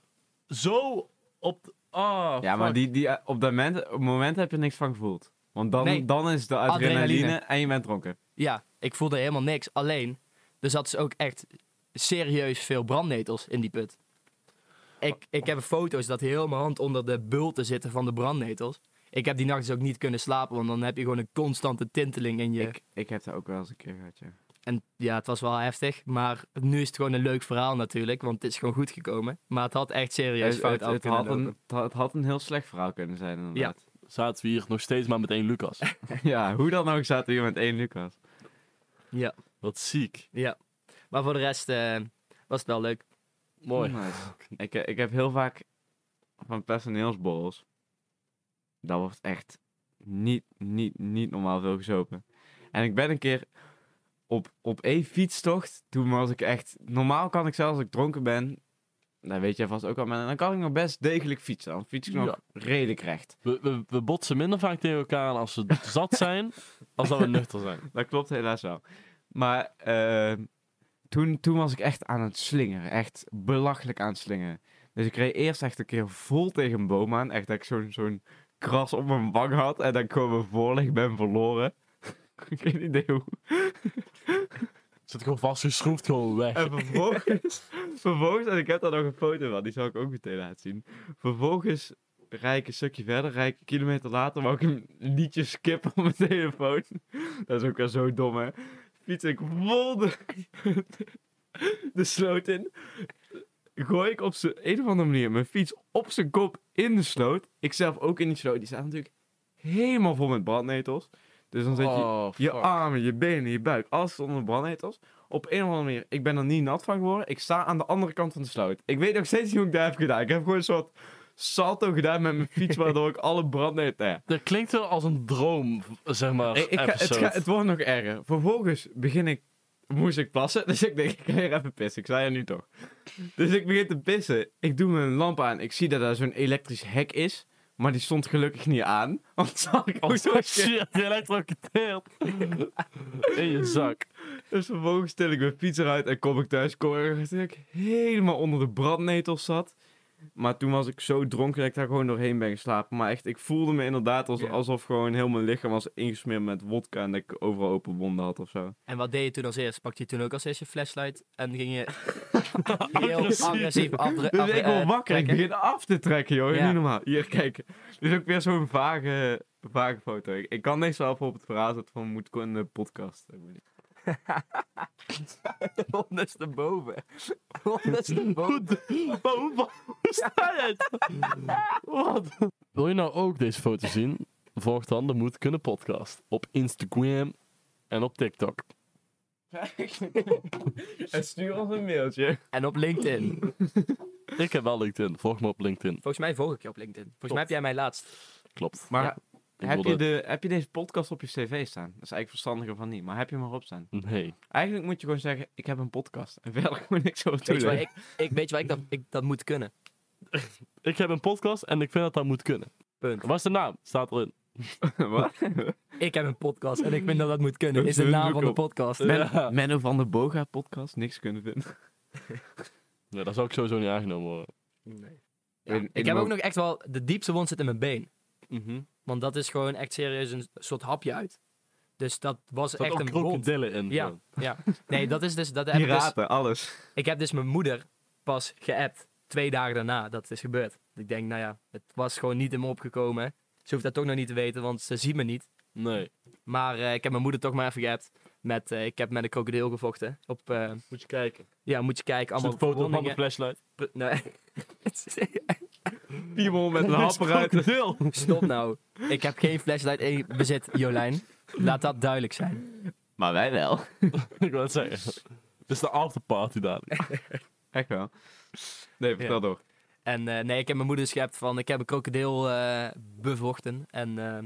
Speaker 2: Zo op... de- Ah,
Speaker 3: Ja, maar
Speaker 2: fuck.
Speaker 3: die, die, eh, op dat moment, op het moment heb je niks van gevoeld. Want dan,
Speaker 1: Nee.
Speaker 3: dan is de adrenaline,
Speaker 1: Adrenaline.
Speaker 3: en je bent dronken.
Speaker 1: Ja, ik voelde helemaal niks. Alleen, er zat dus ook echt serieus veel brandnetels in die put. Ik, ik heb foto's dat heel mijn hand onder de bulten zitten van de brandnetels. Ik heb die nacht dus ook niet kunnen slapen, want dan heb je gewoon een constante tinteling in je...
Speaker 3: Ik, ik heb dat ook wel eens een keer gehad, ja.
Speaker 1: En ja, het was wel heftig. Maar nu is het gewoon een leuk verhaal natuurlijk. Want het is gewoon goed gekomen. Maar het had echt serieus
Speaker 3: Het,
Speaker 1: fout
Speaker 3: het,
Speaker 1: af
Speaker 3: het
Speaker 1: kunnen
Speaker 3: had een,
Speaker 1: lopen.
Speaker 3: het, had, het had een heel slecht verhaal kunnen zijn, inderdaad.
Speaker 2: Zaten we hier nog steeds maar met één Lucas.
Speaker 3: Ja, hoe dan ook zaten we hier met één Lucas.
Speaker 1: Ja,
Speaker 2: Wat ziek.
Speaker 1: ja. Maar voor de rest eh, was het wel leuk.
Speaker 2: Mooi.
Speaker 3: Nice. ik, eh, ik heb heel vaak van personeelsborrels. Daar wordt echt niet, niet, niet normaal veel gezopen. En ik ben een keer op, op één fietstocht. Toen was ik echt... Normaal kan ik zelfs als ik dronken ben... Dat weet jij vast ook al. Maar dan kan ik nog best degelijk fietsen. Dan fiets ik nog
Speaker 2: Ja.
Speaker 3: redelijk recht.
Speaker 2: We, we, we botsen minder vaak tegen elkaar aan als we zat zijn, als dat we nuchter zijn.
Speaker 3: Dat klopt helaas wel. Maar eh, toen, toen was ik echt aan het slingeren. Echt belachelijk aan het slingeren. Dus ik reed eerst echt een keer vol tegen een boom aan. Echt dat ik zo'n zo'n kras op mijn wang had. En dat ik gewoon mijn voorlicht ben verloren. Geen idee hoe.
Speaker 2: Zit gewoon vastgeschroefd, gewoon weg.
Speaker 3: En vervolgens, vervolgens, en ik heb daar nog een foto van, die zal ik ook meteen laten zien. Vervolgens rijd ik een stukje verder, rijd ik een kilometer later, wou ik een liedje skippen op mijn telefoon. Dat is ook wel zo dom, hè. Fiets ik vol de, de sloot in. Gooi ik op z'n- een of andere manier mijn fiets op zijn kop in de sloot. Ik zelf ook in die sloot. Die staat natuurlijk helemaal vol met brandnetels. Dus dan zit je
Speaker 2: Oh,
Speaker 3: je
Speaker 2: fuck.
Speaker 3: armen, je benen, je buik, alles zit onder de brandnetels. Op een of andere manier, ik ben er niet nat van geworden. Ik sta aan de andere kant van de sloot. Ik weet nog steeds niet hoe ik dat heb gedaan. Ik heb gewoon een soort salto gedaan met mijn fiets, waardoor ik alle brandnetels... Nou ja.
Speaker 2: Dat klinkt wel als een droom, zeg maar.
Speaker 3: Ik- ik ga- het,
Speaker 2: episode.
Speaker 3: ga- het wordt nog erger. Vervolgens begin ik, moest ik plassen, dus ik denk, ik ga hier even pissen. Ik sta hier nu toch. Dus ik begin te pissen. Ik doe mijn lamp aan. Ik zie dat daar zo'n elektrisch hek is. Maar die stond gelukkig niet aan. Anders had ik ook
Speaker 2: Als
Speaker 3: zo
Speaker 2: oh, shit, je elektrocuteert. In je zak.
Speaker 3: Dus vervolgens stel ik mijn fiets eruit en kom ik thuis. Kom ik dat ik helemaal onder de brandnetels zat. Maar toen was ik zo dronken dat ik daar gewoon doorheen ben geslapen. Maar echt, ik voelde me inderdaad als,
Speaker 1: Ja.
Speaker 3: alsof gewoon heel mijn lichaam was ingesmeerd met wodka. En dat ik overal open wonden had of zo.
Speaker 1: En wat deed je toen als eerst? Pakte je toen ook als eerst je flashlight? En ging je heel agressief afdre-
Speaker 3: Dus
Speaker 1: afdre-
Speaker 3: ik word
Speaker 1: eh,
Speaker 3: wakker. Ik
Speaker 1: trekken?
Speaker 3: begin af te trekken, joh.
Speaker 1: Ja.
Speaker 3: Niet normaal. Hier, kijk. Dit is ook weer zo'n vage, vage foto. Ik, ik kan niks wel op het verhaal zetten van moet ik in de podcast.
Speaker 1: Ondersteboven. Ondersteboven.
Speaker 2: Waarom waar- waar sta jij? Wat? Wil je nou ook deze foto zien? Volg dan de Moet Kunnen podcast op Instagram en op TikTok.
Speaker 3: en stuur ons een mailtje.
Speaker 1: En op LinkedIn.
Speaker 2: Ik heb wel LinkedIn. Volg me op LinkedIn.
Speaker 1: Volgens mij volg ik je op LinkedIn. Volgens mij heb jij mij laatst.
Speaker 2: Klopt.
Speaker 3: Maar Heb je,
Speaker 2: wilde-
Speaker 3: de, heb je deze podcast op je cv staan? Dat is eigenlijk verstandiger van niet, maar heb je hem erop staan?
Speaker 2: Nee.
Speaker 3: Eigenlijk moet je gewoon zeggen, ik heb een podcast. En verder gewoon niks over
Speaker 1: Weet je waar
Speaker 3: toelichten.
Speaker 1: ik, ik, weet je waar ik, dat, ik dat moet kunnen?
Speaker 2: Ik heb een podcast en ik vind dat dat moet kunnen.
Speaker 1: Punt.
Speaker 2: Wat is de naam? Staat erin.
Speaker 3: Wat?
Speaker 1: Ik heb een podcast en ik vind dat dat moet kunnen. Is de
Speaker 3: Zoek
Speaker 1: naam van de
Speaker 3: op.
Speaker 1: podcast.
Speaker 2: Ja.
Speaker 3: Men, Menno van de Boga podcast, niks kunnen vinden.
Speaker 2: Nee, dat zou ik sowieso niet aangenomen worden.
Speaker 1: Nee.
Speaker 3: In- in
Speaker 1: ik
Speaker 3: de
Speaker 1: heb
Speaker 3: mo-
Speaker 1: ook nog echt wel... De diepste wond zit in mijn been.
Speaker 2: Mhm.
Speaker 1: Want dat is gewoon echt serieus een soort hapje uit. Dus dat was
Speaker 2: Er staat
Speaker 1: echt
Speaker 2: ook
Speaker 1: een wond.
Speaker 2: krokodillen in.
Speaker 1: Ja.
Speaker 2: zo.
Speaker 1: Ja. Nee, dat is dus... Dat heb ik, dus,
Speaker 3: Piraten, alles.
Speaker 1: ik heb dus mijn moeder pas geappt. Twee dagen daarna dat het is gebeurd. Ik denk, nou ja, het was gewoon niet in me opgekomen. Ze hoeft dat toch nog niet te weten, want ze ziet me niet.
Speaker 2: Nee.
Speaker 1: Maar eh, ik heb mijn moeder toch maar even geappt. Met, eh, ik heb met een krokodil gevochten. Op, eh,
Speaker 2: Moet je kijken.
Speaker 1: ja, moet je kijken.
Speaker 2: Allemaal
Speaker 1: Allemaal
Speaker 2: een foto van de
Speaker 1: verwondingen.
Speaker 2: flashlight.
Speaker 1: Pr- Nee.
Speaker 3: Piemel met een hap eruit.
Speaker 2: Krokodil.
Speaker 1: Stop nou. Ik heb geen flashlight in bezit, Jolijn. Laat dat duidelijk zijn.
Speaker 3: Maar wij wel.
Speaker 2: ik wil het zeggen. Het is de afterparty dadelijk.
Speaker 3: Echt wel. Nee, vertel
Speaker 1: Ja.
Speaker 3: door.
Speaker 1: En eh, nee, ik heb mijn moeder schept van, ik heb een krokodil eh, bevochten. En eh,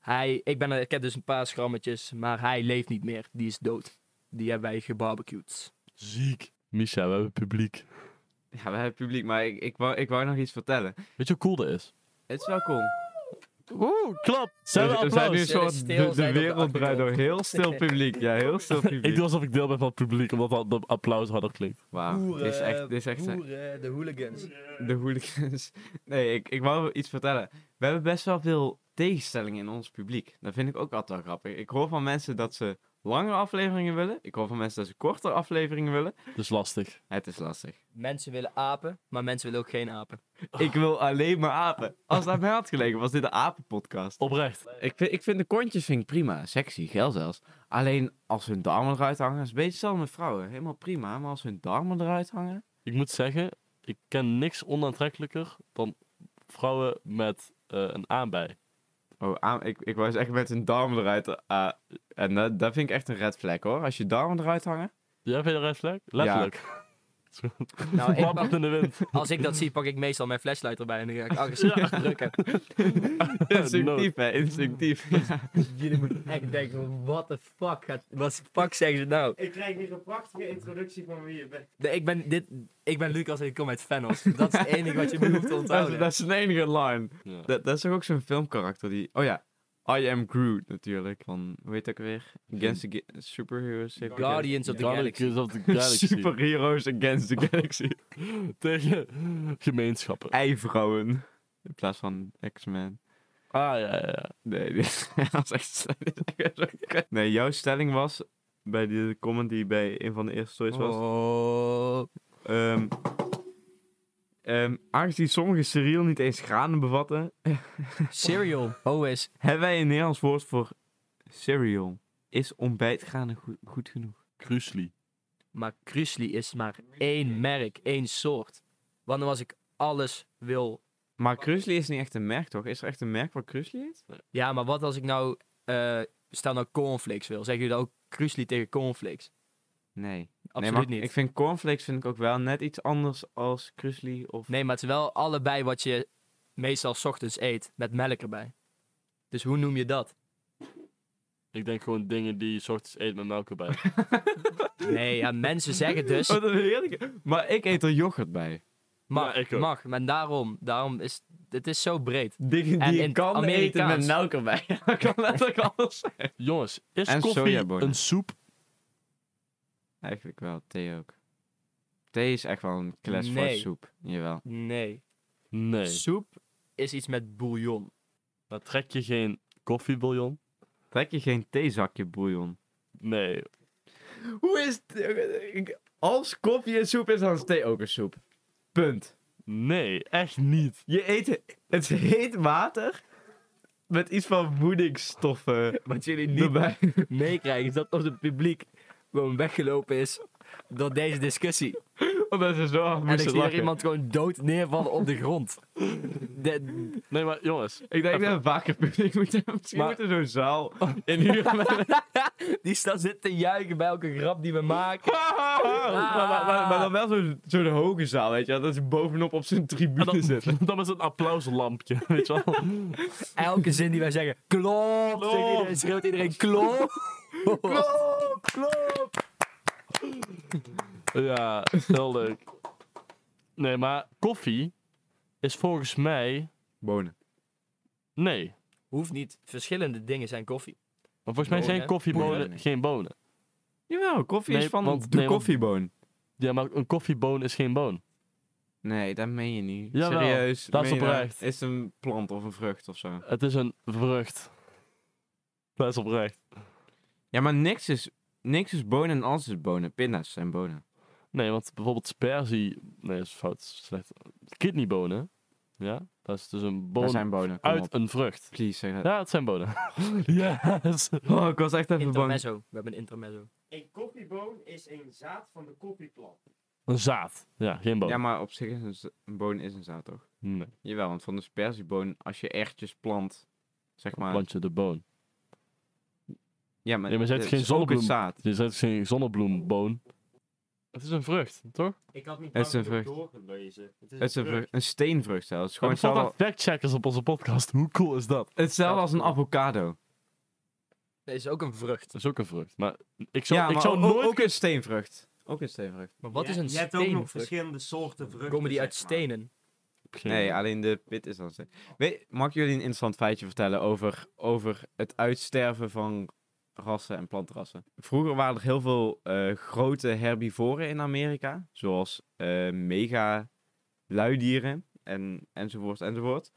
Speaker 1: hij, ik, ben, er- ik heb dus een paar schrammetjes, maar hij leeft niet meer. Die is dood. Die hebben wij gebarbecued.
Speaker 2: Ziek. Misha, we hebben publiek.
Speaker 3: Ja, we hebben publiek, maar ik, ik, wou, ik wou nog iets vertellen.
Speaker 2: Weet je hoe cool dat is?
Speaker 3: Het is wel cool.
Speaker 2: Oeh, klap. Zijn we
Speaker 3: we, we zijn nu een
Speaker 2: applaus.
Speaker 1: Zullen
Speaker 3: soort...
Speaker 1: stil
Speaker 3: De, de
Speaker 1: zijn op de
Speaker 3: wereld draait door.
Speaker 1: achtergrond.
Speaker 3: Heel stil publiek. Ja, heel stil
Speaker 2: Ik
Speaker 3: publiek.
Speaker 2: doe alsof ik deel ben van het publiek, omdat dat dat applaus harder klinkt.
Speaker 3: Wauw, Ah, dit is echt... Dit is echt eh,
Speaker 1: de hooligans.
Speaker 3: de hooligans. Nee, ik, ik wou iets vertellen. We hebben best wel veel tegenstellingen in ons publiek. Dat vind ik ook altijd wel grappig. Ik hoor van mensen dat ze langere afleveringen willen. Ik hoor van mensen dat ze kortere afleveringen willen.
Speaker 2: Dat is lastig.
Speaker 3: Het is lastig.
Speaker 1: Mensen willen apen, maar mensen willen ook geen apen.
Speaker 3: Ik wil alleen maar apen. Als dat mij had gelegen, was dit een apenpodcast.
Speaker 2: Oprecht.
Speaker 3: Ik vind, ik vind de kontjes vind ik prima. Sexy, geil zelfs. Alleen als hun darmen eruit hangen, is het een beetje hetzelfde met vrouwen. Helemaal prima, maar als hun darmen eruit hangen...
Speaker 2: Ik moet zeggen, ik ken niks onaantrekkelijker dan vrouwen met eh, een aan bij.
Speaker 3: Oh, aan- ik, ik was echt met hun darmen eruit... ah, en dat, dat vind ik echt een red flag hoor. Als je darmen eruit hangen...
Speaker 2: Jij vindt een red flag? Letterlijk.
Speaker 1: Nou, ik
Speaker 2: Klappend in de wind.
Speaker 1: Als ik dat zie, pak ik meestal mijn flashlight erbij en dan ga ik agressief drukken.
Speaker 3: Instinctief, hè? Instinctief.
Speaker 1: Jullie moeten echt denken, what the fuck, gaat, wat de fuck zeggen ze nou?
Speaker 4: Ik krijg hier een prachtige introductie van wie je bent.
Speaker 1: Nee, ik, ben dit, ik ben Lucas en ik kom uit Fennos. Dat is het enige wat je me hoeft te
Speaker 3: Dat is,
Speaker 1: onthouden.
Speaker 3: dat is een enige line.
Speaker 2: Ja.
Speaker 3: Dat, dat is toch ook zo'n filmkarakter die... Oh ja, I Am Groot natuurlijk. Van, hoe heet dat ook weer? Against the Ga- Superheroes. heeft hij
Speaker 1: Guardians of the Galaxy.
Speaker 2: Guardians of the
Speaker 3: gezegd.
Speaker 2: Galaxy.
Speaker 3: Superheroes Against the Galaxy.
Speaker 2: Tegen gemeenschappen.
Speaker 3: Eivrouwen. In plaats van X-Men.
Speaker 2: Ah, ja, ja, ja.
Speaker 3: Nee, dit dat is echt slecht. Dit is echt zo kut. Nee, jouw stelling was... Bij de comment die bij een van de eerste stories was...
Speaker 1: Oh.
Speaker 3: Ehm, ehm, aangezien sommige cereal niet eens granen bevatten...
Speaker 1: Cereal, OS.
Speaker 3: Hebben wij een Nederlands woord voor cereal? Is ontbijtgranen goed, goed genoeg?
Speaker 2: Krusli.
Speaker 1: Maar Krusli is maar één merk, één soort. Want dan was ik alles wil.
Speaker 3: Maar Krusli is niet echt een merk, toch? Is er echt een merk wat Krusli heet?
Speaker 1: Ja, maar wat als ik nou, eh, stel nou cornflakes wil. Zeggen jullie dan ook Krusli tegen cornflakes?
Speaker 3: Nee.
Speaker 1: Absoluut
Speaker 3: nee, maar
Speaker 1: niet.
Speaker 3: Ik vind cornflakes vind ik ook wel net iets anders als Krusli of...
Speaker 1: Nee, maar het is wel allebei wat je meestal 's ochtends eet met melk erbij. Dus hoe noem je dat?
Speaker 2: Ik denk gewoon dingen die je 's ochtends eet met melk erbij.
Speaker 1: Nee, ja, mensen zeggen dus.
Speaker 3: Wat een heerlijke... Maar ik eet er yoghurt bij.
Speaker 1: Mag,
Speaker 2: Ja, ik ook.
Speaker 1: mag. Maar daarom, daarom is het is zo breed.
Speaker 3: Dingen
Speaker 1: En
Speaker 3: die
Speaker 1: in
Speaker 3: ik kan eten
Speaker 1: Amerikaans.
Speaker 3: met melk erbij. Dat kan letterlijk alles zijn.
Speaker 2: Jongens, is
Speaker 3: En
Speaker 2: koffie
Speaker 3: sojabonen.
Speaker 2: een soep?
Speaker 3: Eigenlijk wel, thee ook. Thee is echt wel een class voor
Speaker 1: Nee.
Speaker 3: soep. Jawel.
Speaker 1: Nee.
Speaker 2: Nee.
Speaker 1: Soep is iets met bouillon.
Speaker 2: Dan trek je geen koffiebouillon?
Speaker 3: Trek je geen theezakje bouillon?
Speaker 2: Nee.
Speaker 3: Hoe is het- ik- Als koffie een soep is, dan is thee ook een soep. Punt.
Speaker 2: Nee, echt niet.
Speaker 3: Je eet het is heet water met iets van voedingsstoffen
Speaker 1: Wat jullie
Speaker 3: erbij.
Speaker 1: meekrijgen is dat ons publiek gewoon weggelopen is door deze discussie.
Speaker 3: Oké, Omdat ze zo hard
Speaker 1: En ik
Speaker 3: moesten
Speaker 1: zie er
Speaker 3: lachen.
Speaker 1: iemand gewoon dood neervallen op de grond. De-
Speaker 2: Nee, maar jongens.
Speaker 3: Ik denk dat we vaker publiek moeten hebben. Misschien
Speaker 2: Maar-
Speaker 3: moeten we zo'n zaal inhuren. met-
Speaker 1: die staat zitten te juichen bij elke grap die we maken.
Speaker 3: maar, maar, maar, maar dan wel zo'n zo'n hoge zaal, weet je wel. Dat ze bovenop op zijn
Speaker 2: En
Speaker 3: tribune
Speaker 2: dan,
Speaker 3: zitten.
Speaker 2: dan is het een applauslampje, weet je wel.
Speaker 1: Elke zin die wij zeggen, klopt. zegt
Speaker 2: Klopt.
Speaker 1: Iedereen, schreeuwt iedereen, klopt.
Speaker 2: Ja, heel leuk. Nee, maar koffie is volgens mij...
Speaker 3: Bonen.
Speaker 2: Nee.
Speaker 1: Hoeft niet. Verschillende dingen zijn koffie.
Speaker 2: Maar volgens mij
Speaker 1: Bonen,
Speaker 2: zijn
Speaker 1: hè?
Speaker 3: Bonen,
Speaker 2: koffiebonen
Speaker 3: nee.
Speaker 2: geen bonen.
Speaker 3: Jawel, koffie
Speaker 2: Nee,
Speaker 3: is van
Speaker 2: want-
Speaker 3: de
Speaker 2: nee, want-
Speaker 3: koffieboon.
Speaker 2: Ja, maar een koffieboon is geen boon.
Speaker 3: Nee, dat meen je niet.
Speaker 2: Jawel,
Speaker 3: Serieus.
Speaker 2: dat is
Speaker 3: meen je
Speaker 2: oprecht.
Speaker 3: Is een plant of een vrucht of zo.
Speaker 2: Het is een vrucht. Dat is oprecht.
Speaker 3: Ja, maar niks is, niks is bonen en alles is bonen. Pinda's zijn bonen.
Speaker 2: Nee, want bijvoorbeeld sperzie... Nee, dat is fout. Slecht. Kidneybonen. Ja, dat is dus een
Speaker 3: Dat
Speaker 2: boon
Speaker 3: zijn bonen. Kom
Speaker 2: uit
Speaker 3: op.
Speaker 2: een vrucht.
Speaker 3: Please, zeg dat.
Speaker 2: Ja, het zijn bonen. yes.
Speaker 3: Oh, ik was echt even bang.
Speaker 1: Intermezzo. We hebben een intermezzo.
Speaker 4: Een koffieboon is een zaad van de koffieplant.
Speaker 2: Een zaad. Ja, geen boon.
Speaker 3: Ja, maar op zich is een, z- een boon is een zaad, toch?
Speaker 2: Nee,
Speaker 3: Jawel, want van de sperzieboon, als je ertjes plant, zeg maar...
Speaker 2: plant je de boon.
Speaker 3: Ja, maar,
Speaker 2: Ja, maar ze
Speaker 3: het
Speaker 2: heeft geen
Speaker 3: is ook een
Speaker 2: zonnebloem.
Speaker 3: zaad.
Speaker 2: Dit is geen zonnebloemboon. Het is een vrucht, toch?
Speaker 4: Ik had niet
Speaker 3: Het is
Speaker 4: lang
Speaker 3: een
Speaker 4: genoeg
Speaker 3: vrucht.
Speaker 4: doorgelezen. Het is
Speaker 3: Het is een, vrucht, een steenvrucht zelfs.
Speaker 2: We
Speaker 3: Gewoon
Speaker 2: hebben
Speaker 3: hetzelfde,
Speaker 2: altijd factcheckers op onze podcast. Hoe cool is dat?
Speaker 3: hetzelfde als een avocado.
Speaker 1: Dat is ook een vrucht.
Speaker 2: Dat is ook een vrucht. Maar ik zou,
Speaker 3: ja,
Speaker 2: ik
Speaker 3: maar
Speaker 2: zou
Speaker 3: ook,
Speaker 2: nooit...
Speaker 3: ook een steenvrucht. Ook een steenvrucht.
Speaker 1: Maar wat
Speaker 4: Ja,
Speaker 1: is een
Speaker 4: Je hebt ook nog
Speaker 1: steenvrucht?
Speaker 4: verschillende soorten vruchten.
Speaker 1: Komen die uit
Speaker 4: zeg maar.
Speaker 1: stenen?
Speaker 3: Nee, alleen de pit is dan steen. Weet, mag ik jullie een interessant feitje vertellen over, over het uitsterven van rassen en plantrassen? Vroeger waren er heel veel eh, grote herbivoren in Amerika, zoals eh, mega luidieren en, enzovoort enzovoort.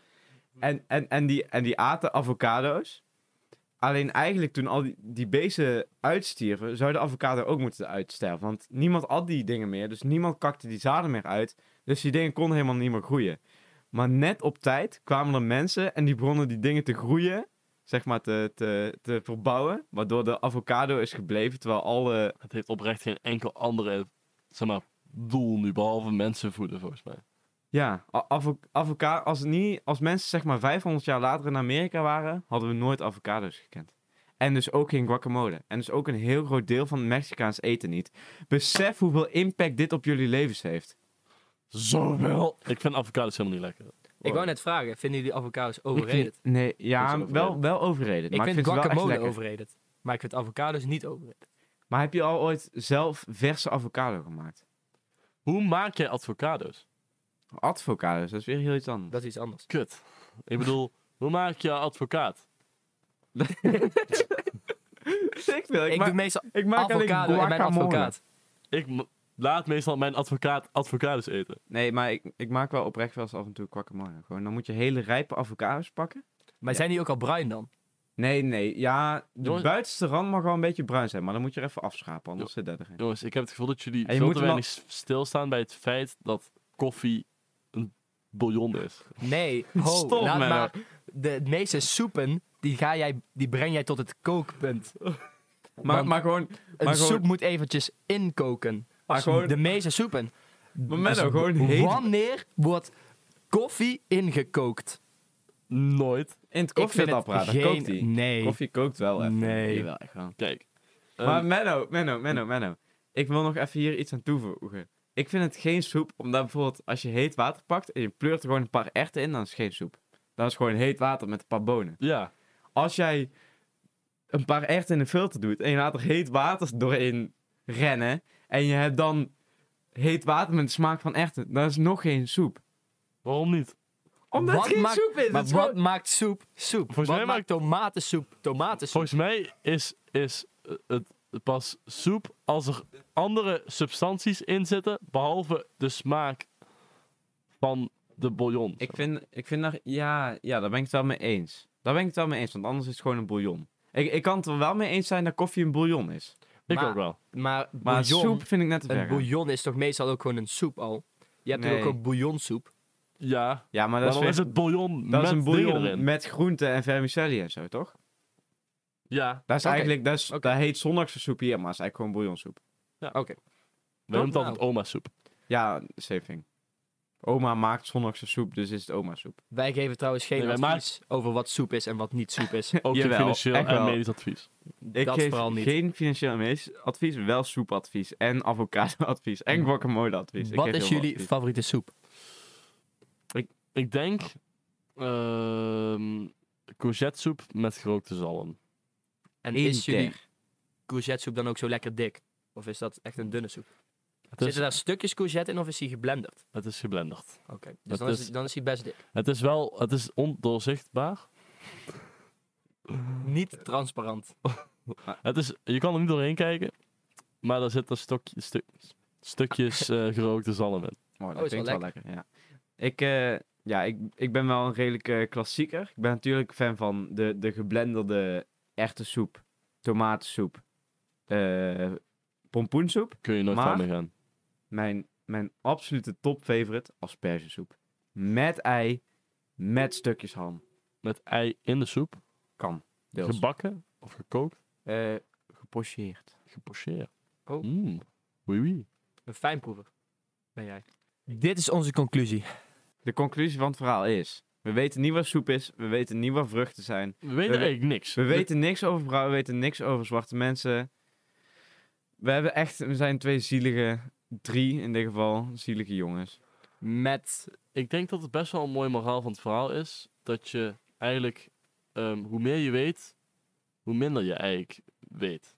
Speaker 3: En, en, en, die, en die aten avocado's. Alleen eigenlijk toen al die, die beesten uitstierven, zou de avocado ook moeten uitsterven. Want niemand at die dingen meer, dus niemand kakte die zaden meer uit. Dus die dingen konden helemaal niet meer groeien. Maar net op tijd kwamen er mensen en die begonnen die dingen te groeien, zeg maar te, te, te verbouwen, waardoor de avocado is gebleven, terwijl alle...
Speaker 2: Het heeft oprecht geen enkel andere zeg maar, doel nu, behalve mensen voeden, volgens mij.
Speaker 3: Ja, a- avo avocado, als, het niet, als mensen zeg maar 500 jaar later in Amerika waren, hadden we nooit avocado's gekend. En dus ook geen guacamole. En dus ook een heel groot deel van het Mexicaans eten niet. Besef hoeveel impact dit op jullie levens heeft.
Speaker 2: Zoveel! Ik vind avocados helemaal niet lekker.
Speaker 1: Ik wou net vragen, vinden jullie avocados overrated?
Speaker 3: Nee, ja,
Speaker 2: Dat is
Speaker 3: wel,
Speaker 2: overrated.
Speaker 3: wel overreden.
Speaker 1: Ik
Speaker 3: maar
Speaker 1: vind
Speaker 3: ik vind het wel echt
Speaker 1: guacamole
Speaker 3: lekker.
Speaker 1: overrated. Maar ik vind avocados niet overrated.
Speaker 3: Maar heb je al ooit zelf verse avocado gemaakt?
Speaker 2: Hoe maak jij avocados?
Speaker 3: Advocados, dat is weer heel iets anders.
Speaker 1: Dat is iets anders.
Speaker 2: Kut. Ik bedoel, hoe maak je advocaat?
Speaker 3: ik, wil,
Speaker 1: Ik,
Speaker 3: ik, maak,
Speaker 1: doe meestal
Speaker 3: ik maak alleen
Speaker 1: avocado en mijn
Speaker 3: guacamole.
Speaker 1: advocaat.
Speaker 2: Ik m- laat meestal mijn advocaat avocados eten.
Speaker 3: Nee, maar ik, ik maak wel oprecht wel eens af en toe guacamole. Gewoon, dan moet je hele rijpe avocados pakken.
Speaker 1: Maar zijn die ook al bruin dan?
Speaker 3: Nee, nee, ja, de
Speaker 2: Jongens-
Speaker 3: buitenste rand mag wel een beetje bruin zijn, maar dan moet je er even afschrapen, anders zit dat erin.
Speaker 2: Jongens, ik heb het gevoel dat jullie
Speaker 3: En je
Speaker 2: veel
Speaker 3: moet
Speaker 2: te
Speaker 3: hem al-
Speaker 2: weinig s- stilstaan bij het feit dat koffie een bouillon is.
Speaker 1: Nee, ho,
Speaker 3: Stop
Speaker 1: laat
Speaker 3: met
Speaker 1: maar. De meeste soepen, die, ga jij, die breng jij tot het kookpunt.
Speaker 3: Maar,
Speaker 1: Want
Speaker 3: maar gewoon,
Speaker 1: Een
Speaker 3: Maar gewoon-
Speaker 1: soep moet eventjes inkoken.
Speaker 3: Maar gewoon-
Speaker 1: de meeste soepen.
Speaker 3: maar Menno,
Speaker 1: Dus
Speaker 3: nou, gewoon heet
Speaker 1: Wanneer wordt koffie ingekookt?
Speaker 2: Nooit.
Speaker 3: in het
Speaker 1: Ik vind het
Speaker 3: koffietapparaat, dan
Speaker 1: geen-
Speaker 3: kookt die.
Speaker 1: Nee.
Speaker 3: Koffie kookt wel even.
Speaker 1: Nee.
Speaker 3: Jawel, echt wel.
Speaker 2: Kijk.
Speaker 3: Maar
Speaker 2: ehm,
Speaker 3: Menno, Menno, Menno, Menno. Ik wil nog even hier iets aan toevoegen. Ik vind het geen soep, omdat bijvoorbeeld als je heet water pakt en je pleurt er gewoon een paar erwten in, dan is het geen soep. Dan is het gewoon heet water met een paar bonen.
Speaker 2: ja.
Speaker 3: als jij een paar erwten in een filter doet en je laat er heet water doorheen rennen en je hebt dan heet water met de smaak van erwten, dan is het nog geen soep.
Speaker 2: Waarom niet?
Speaker 3: Omdat
Speaker 1: Wat
Speaker 3: het geen
Speaker 1: maakt-
Speaker 3: soep is.
Speaker 1: Maar
Speaker 3: het is
Speaker 1: wat
Speaker 3: gewoon-
Speaker 1: maakt soep soep?
Speaker 2: Volgens
Speaker 1: wat
Speaker 2: mij
Speaker 1: maakt tomatensoep tomatensoep?
Speaker 2: Volgens mij is, is eh, het pas soep als er andere substanties in zitten, behalve de smaak van de bouillon.
Speaker 3: Ik vind, ik vind daar, ja, ja, daar ben ik het wel mee eens. Daar ben ik het wel mee eens, want anders is het gewoon een bouillon. Ik, ik kan het er wel mee eens zijn dat koffie een bouillon is.
Speaker 2: Ik
Speaker 1: maar-
Speaker 2: ook wel.
Speaker 1: Maar,
Speaker 3: Maar
Speaker 1: bouillon,
Speaker 3: soep vind ik net te ver.
Speaker 1: een
Speaker 3: gaan.
Speaker 1: bouillon is toch meestal ook gewoon een soep al? Je hebt toch
Speaker 3: Nee.
Speaker 1: ook een bouillonsoep.
Speaker 2: Ja,
Speaker 3: Ja, maar
Speaker 2: maar
Speaker 3: dat,
Speaker 2: dan
Speaker 3: is,
Speaker 2: is
Speaker 3: weer-
Speaker 2: het bouillon
Speaker 3: dat
Speaker 2: met
Speaker 3: is een
Speaker 2: dingen
Speaker 3: bouillon
Speaker 2: erin.
Speaker 3: met groenten en vermicelli en zo, toch?
Speaker 2: Ja,
Speaker 3: Dat is
Speaker 1: Oké.
Speaker 3: eigenlijk, dat, is,
Speaker 1: Oké.
Speaker 3: dat heet zondagse soep hier, maar het is eigenlijk gewoon bouillonsoep.
Speaker 2: we noemen het
Speaker 1: nou.
Speaker 2: altijd oma soep.
Speaker 3: Ja, same thing. Oma maakt zondagse soep, dus is het oma soep.
Speaker 1: Wij geven trouwens geen
Speaker 2: Nee, wij
Speaker 1: advies over wat soep is en wat niet soep is.
Speaker 2: Ook geen
Speaker 3: Jawel,
Speaker 2: financieel
Speaker 3: echt
Speaker 2: en
Speaker 3: wel.
Speaker 2: medisch advies.
Speaker 3: Ik
Speaker 1: dat
Speaker 3: geef
Speaker 1: vooral niet.
Speaker 3: geen financieel mees- advies, wel soepadvies en avocadoadvies en guacamole advies.
Speaker 1: Hm. wat is jullie favoriete soep?
Speaker 2: Ik denk... ehm courgette soep met gerookte zalm.
Speaker 1: En is jullie courgette soep dan ook zo lekker dik? Of is dat echt een dunne soep?
Speaker 3: Dus-
Speaker 2: Het is,
Speaker 1: Zitten daar stukjes courgette in of is die geblenderd?
Speaker 2: het is geblenderd.
Speaker 1: Oké, dus
Speaker 2: Dat
Speaker 1: dan is,
Speaker 2: is-
Speaker 1: dan is die best dik.
Speaker 2: Het is wel... Het is ondoorzichtbaar.
Speaker 1: Niet transparant.
Speaker 2: Het is, je kan er niet doorheen kijken, maar daar zitten stokje, stu- stukjes eh, gerookte zalm in.
Speaker 3: Oh, dat
Speaker 1: Oh, is wel
Speaker 3: klinkt wel lekker. ja. Ik, eh, ja, ik, ik ben wel een redelijke klassieker. Ik ben natuurlijk fan van de, de geblenderde erwtensoep, tomatensoep, eh, pompoensoep.
Speaker 2: Kun je nooit
Speaker 3: Maar-
Speaker 2: van mee gaan.
Speaker 3: Mijn, mijn absolute top favorite, aspergesoep. Met ei, met stukjes ham.
Speaker 2: Met ei in de soep,
Speaker 3: Kan, deels.
Speaker 2: gebakken of gekookt,
Speaker 3: Eh, gepocheerd.
Speaker 2: gepocheerd.
Speaker 1: Oh.
Speaker 2: Mm. Oui, oui.
Speaker 1: Een fijnproever ben jij. Dit is onze conclusie.
Speaker 3: De conclusie van het verhaal is... We weten niet wat soep is, we weten niet wat vruchten zijn.
Speaker 2: We weten
Speaker 3: we-
Speaker 2: eigenlijk niks.
Speaker 3: We weten niks over vrouwen, we weten niks over zwarte mensen. We, hebben echt, we zijn twee zielige, drie in dit geval, zielige jongens.
Speaker 1: Met
Speaker 2: Ik denk dat het best wel een mooi moraal van het verhaal is, dat je eigenlijk, ehm, hoe meer je weet, hoe minder je eigenlijk weet.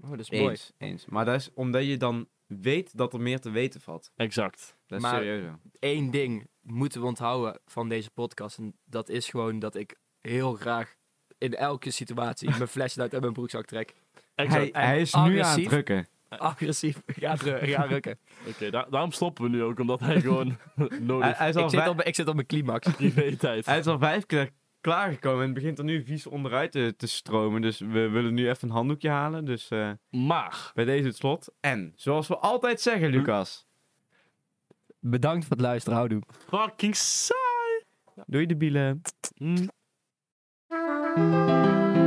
Speaker 1: Oh, dat is mooi.
Speaker 3: Eens. Maar dat is omdat je dan weet dat er meer te weten valt.
Speaker 2: Exact.
Speaker 3: Dat is
Speaker 1: Maar-
Speaker 3: serieus wel.
Speaker 1: Eén ding moeten we onthouden van deze podcast. En dat is gewoon dat ik heel graag in elke situatie mijn flesje uit mijn broekzak trek.
Speaker 2: exact.
Speaker 3: Hij, hij is nu aan het
Speaker 1: agressief.
Speaker 3: drukken.
Speaker 1: Agressief ga, dru- ga rukken.
Speaker 2: Oké, da- daarom stoppen we nu ook, omdat hij gewoon
Speaker 3: Hij,
Speaker 2: nodig
Speaker 3: hij is al
Speaker 1: Ik zit,
Speaker 3: vij-
Speaker 1: op, mijn- ik zit op mijn climax.
Speaker 2: privé tijd.
Speaker 3: hij is al vijf keer klaargekomen en begint er nu vies onderuit te, te stromen. Dus we willen nu even een handdoekje halen. Dus eh,
Speaker 2: Maar,
Speaker 3: bij deze het slot. En, zoals we altijd zeggen, Lucas.
Speaker 1: Bedankt voor het luisteren. Houdoe.
Speaker 2: fucking saai!
Speaker 3: Doei de bielen.
Speaker 2: Mm.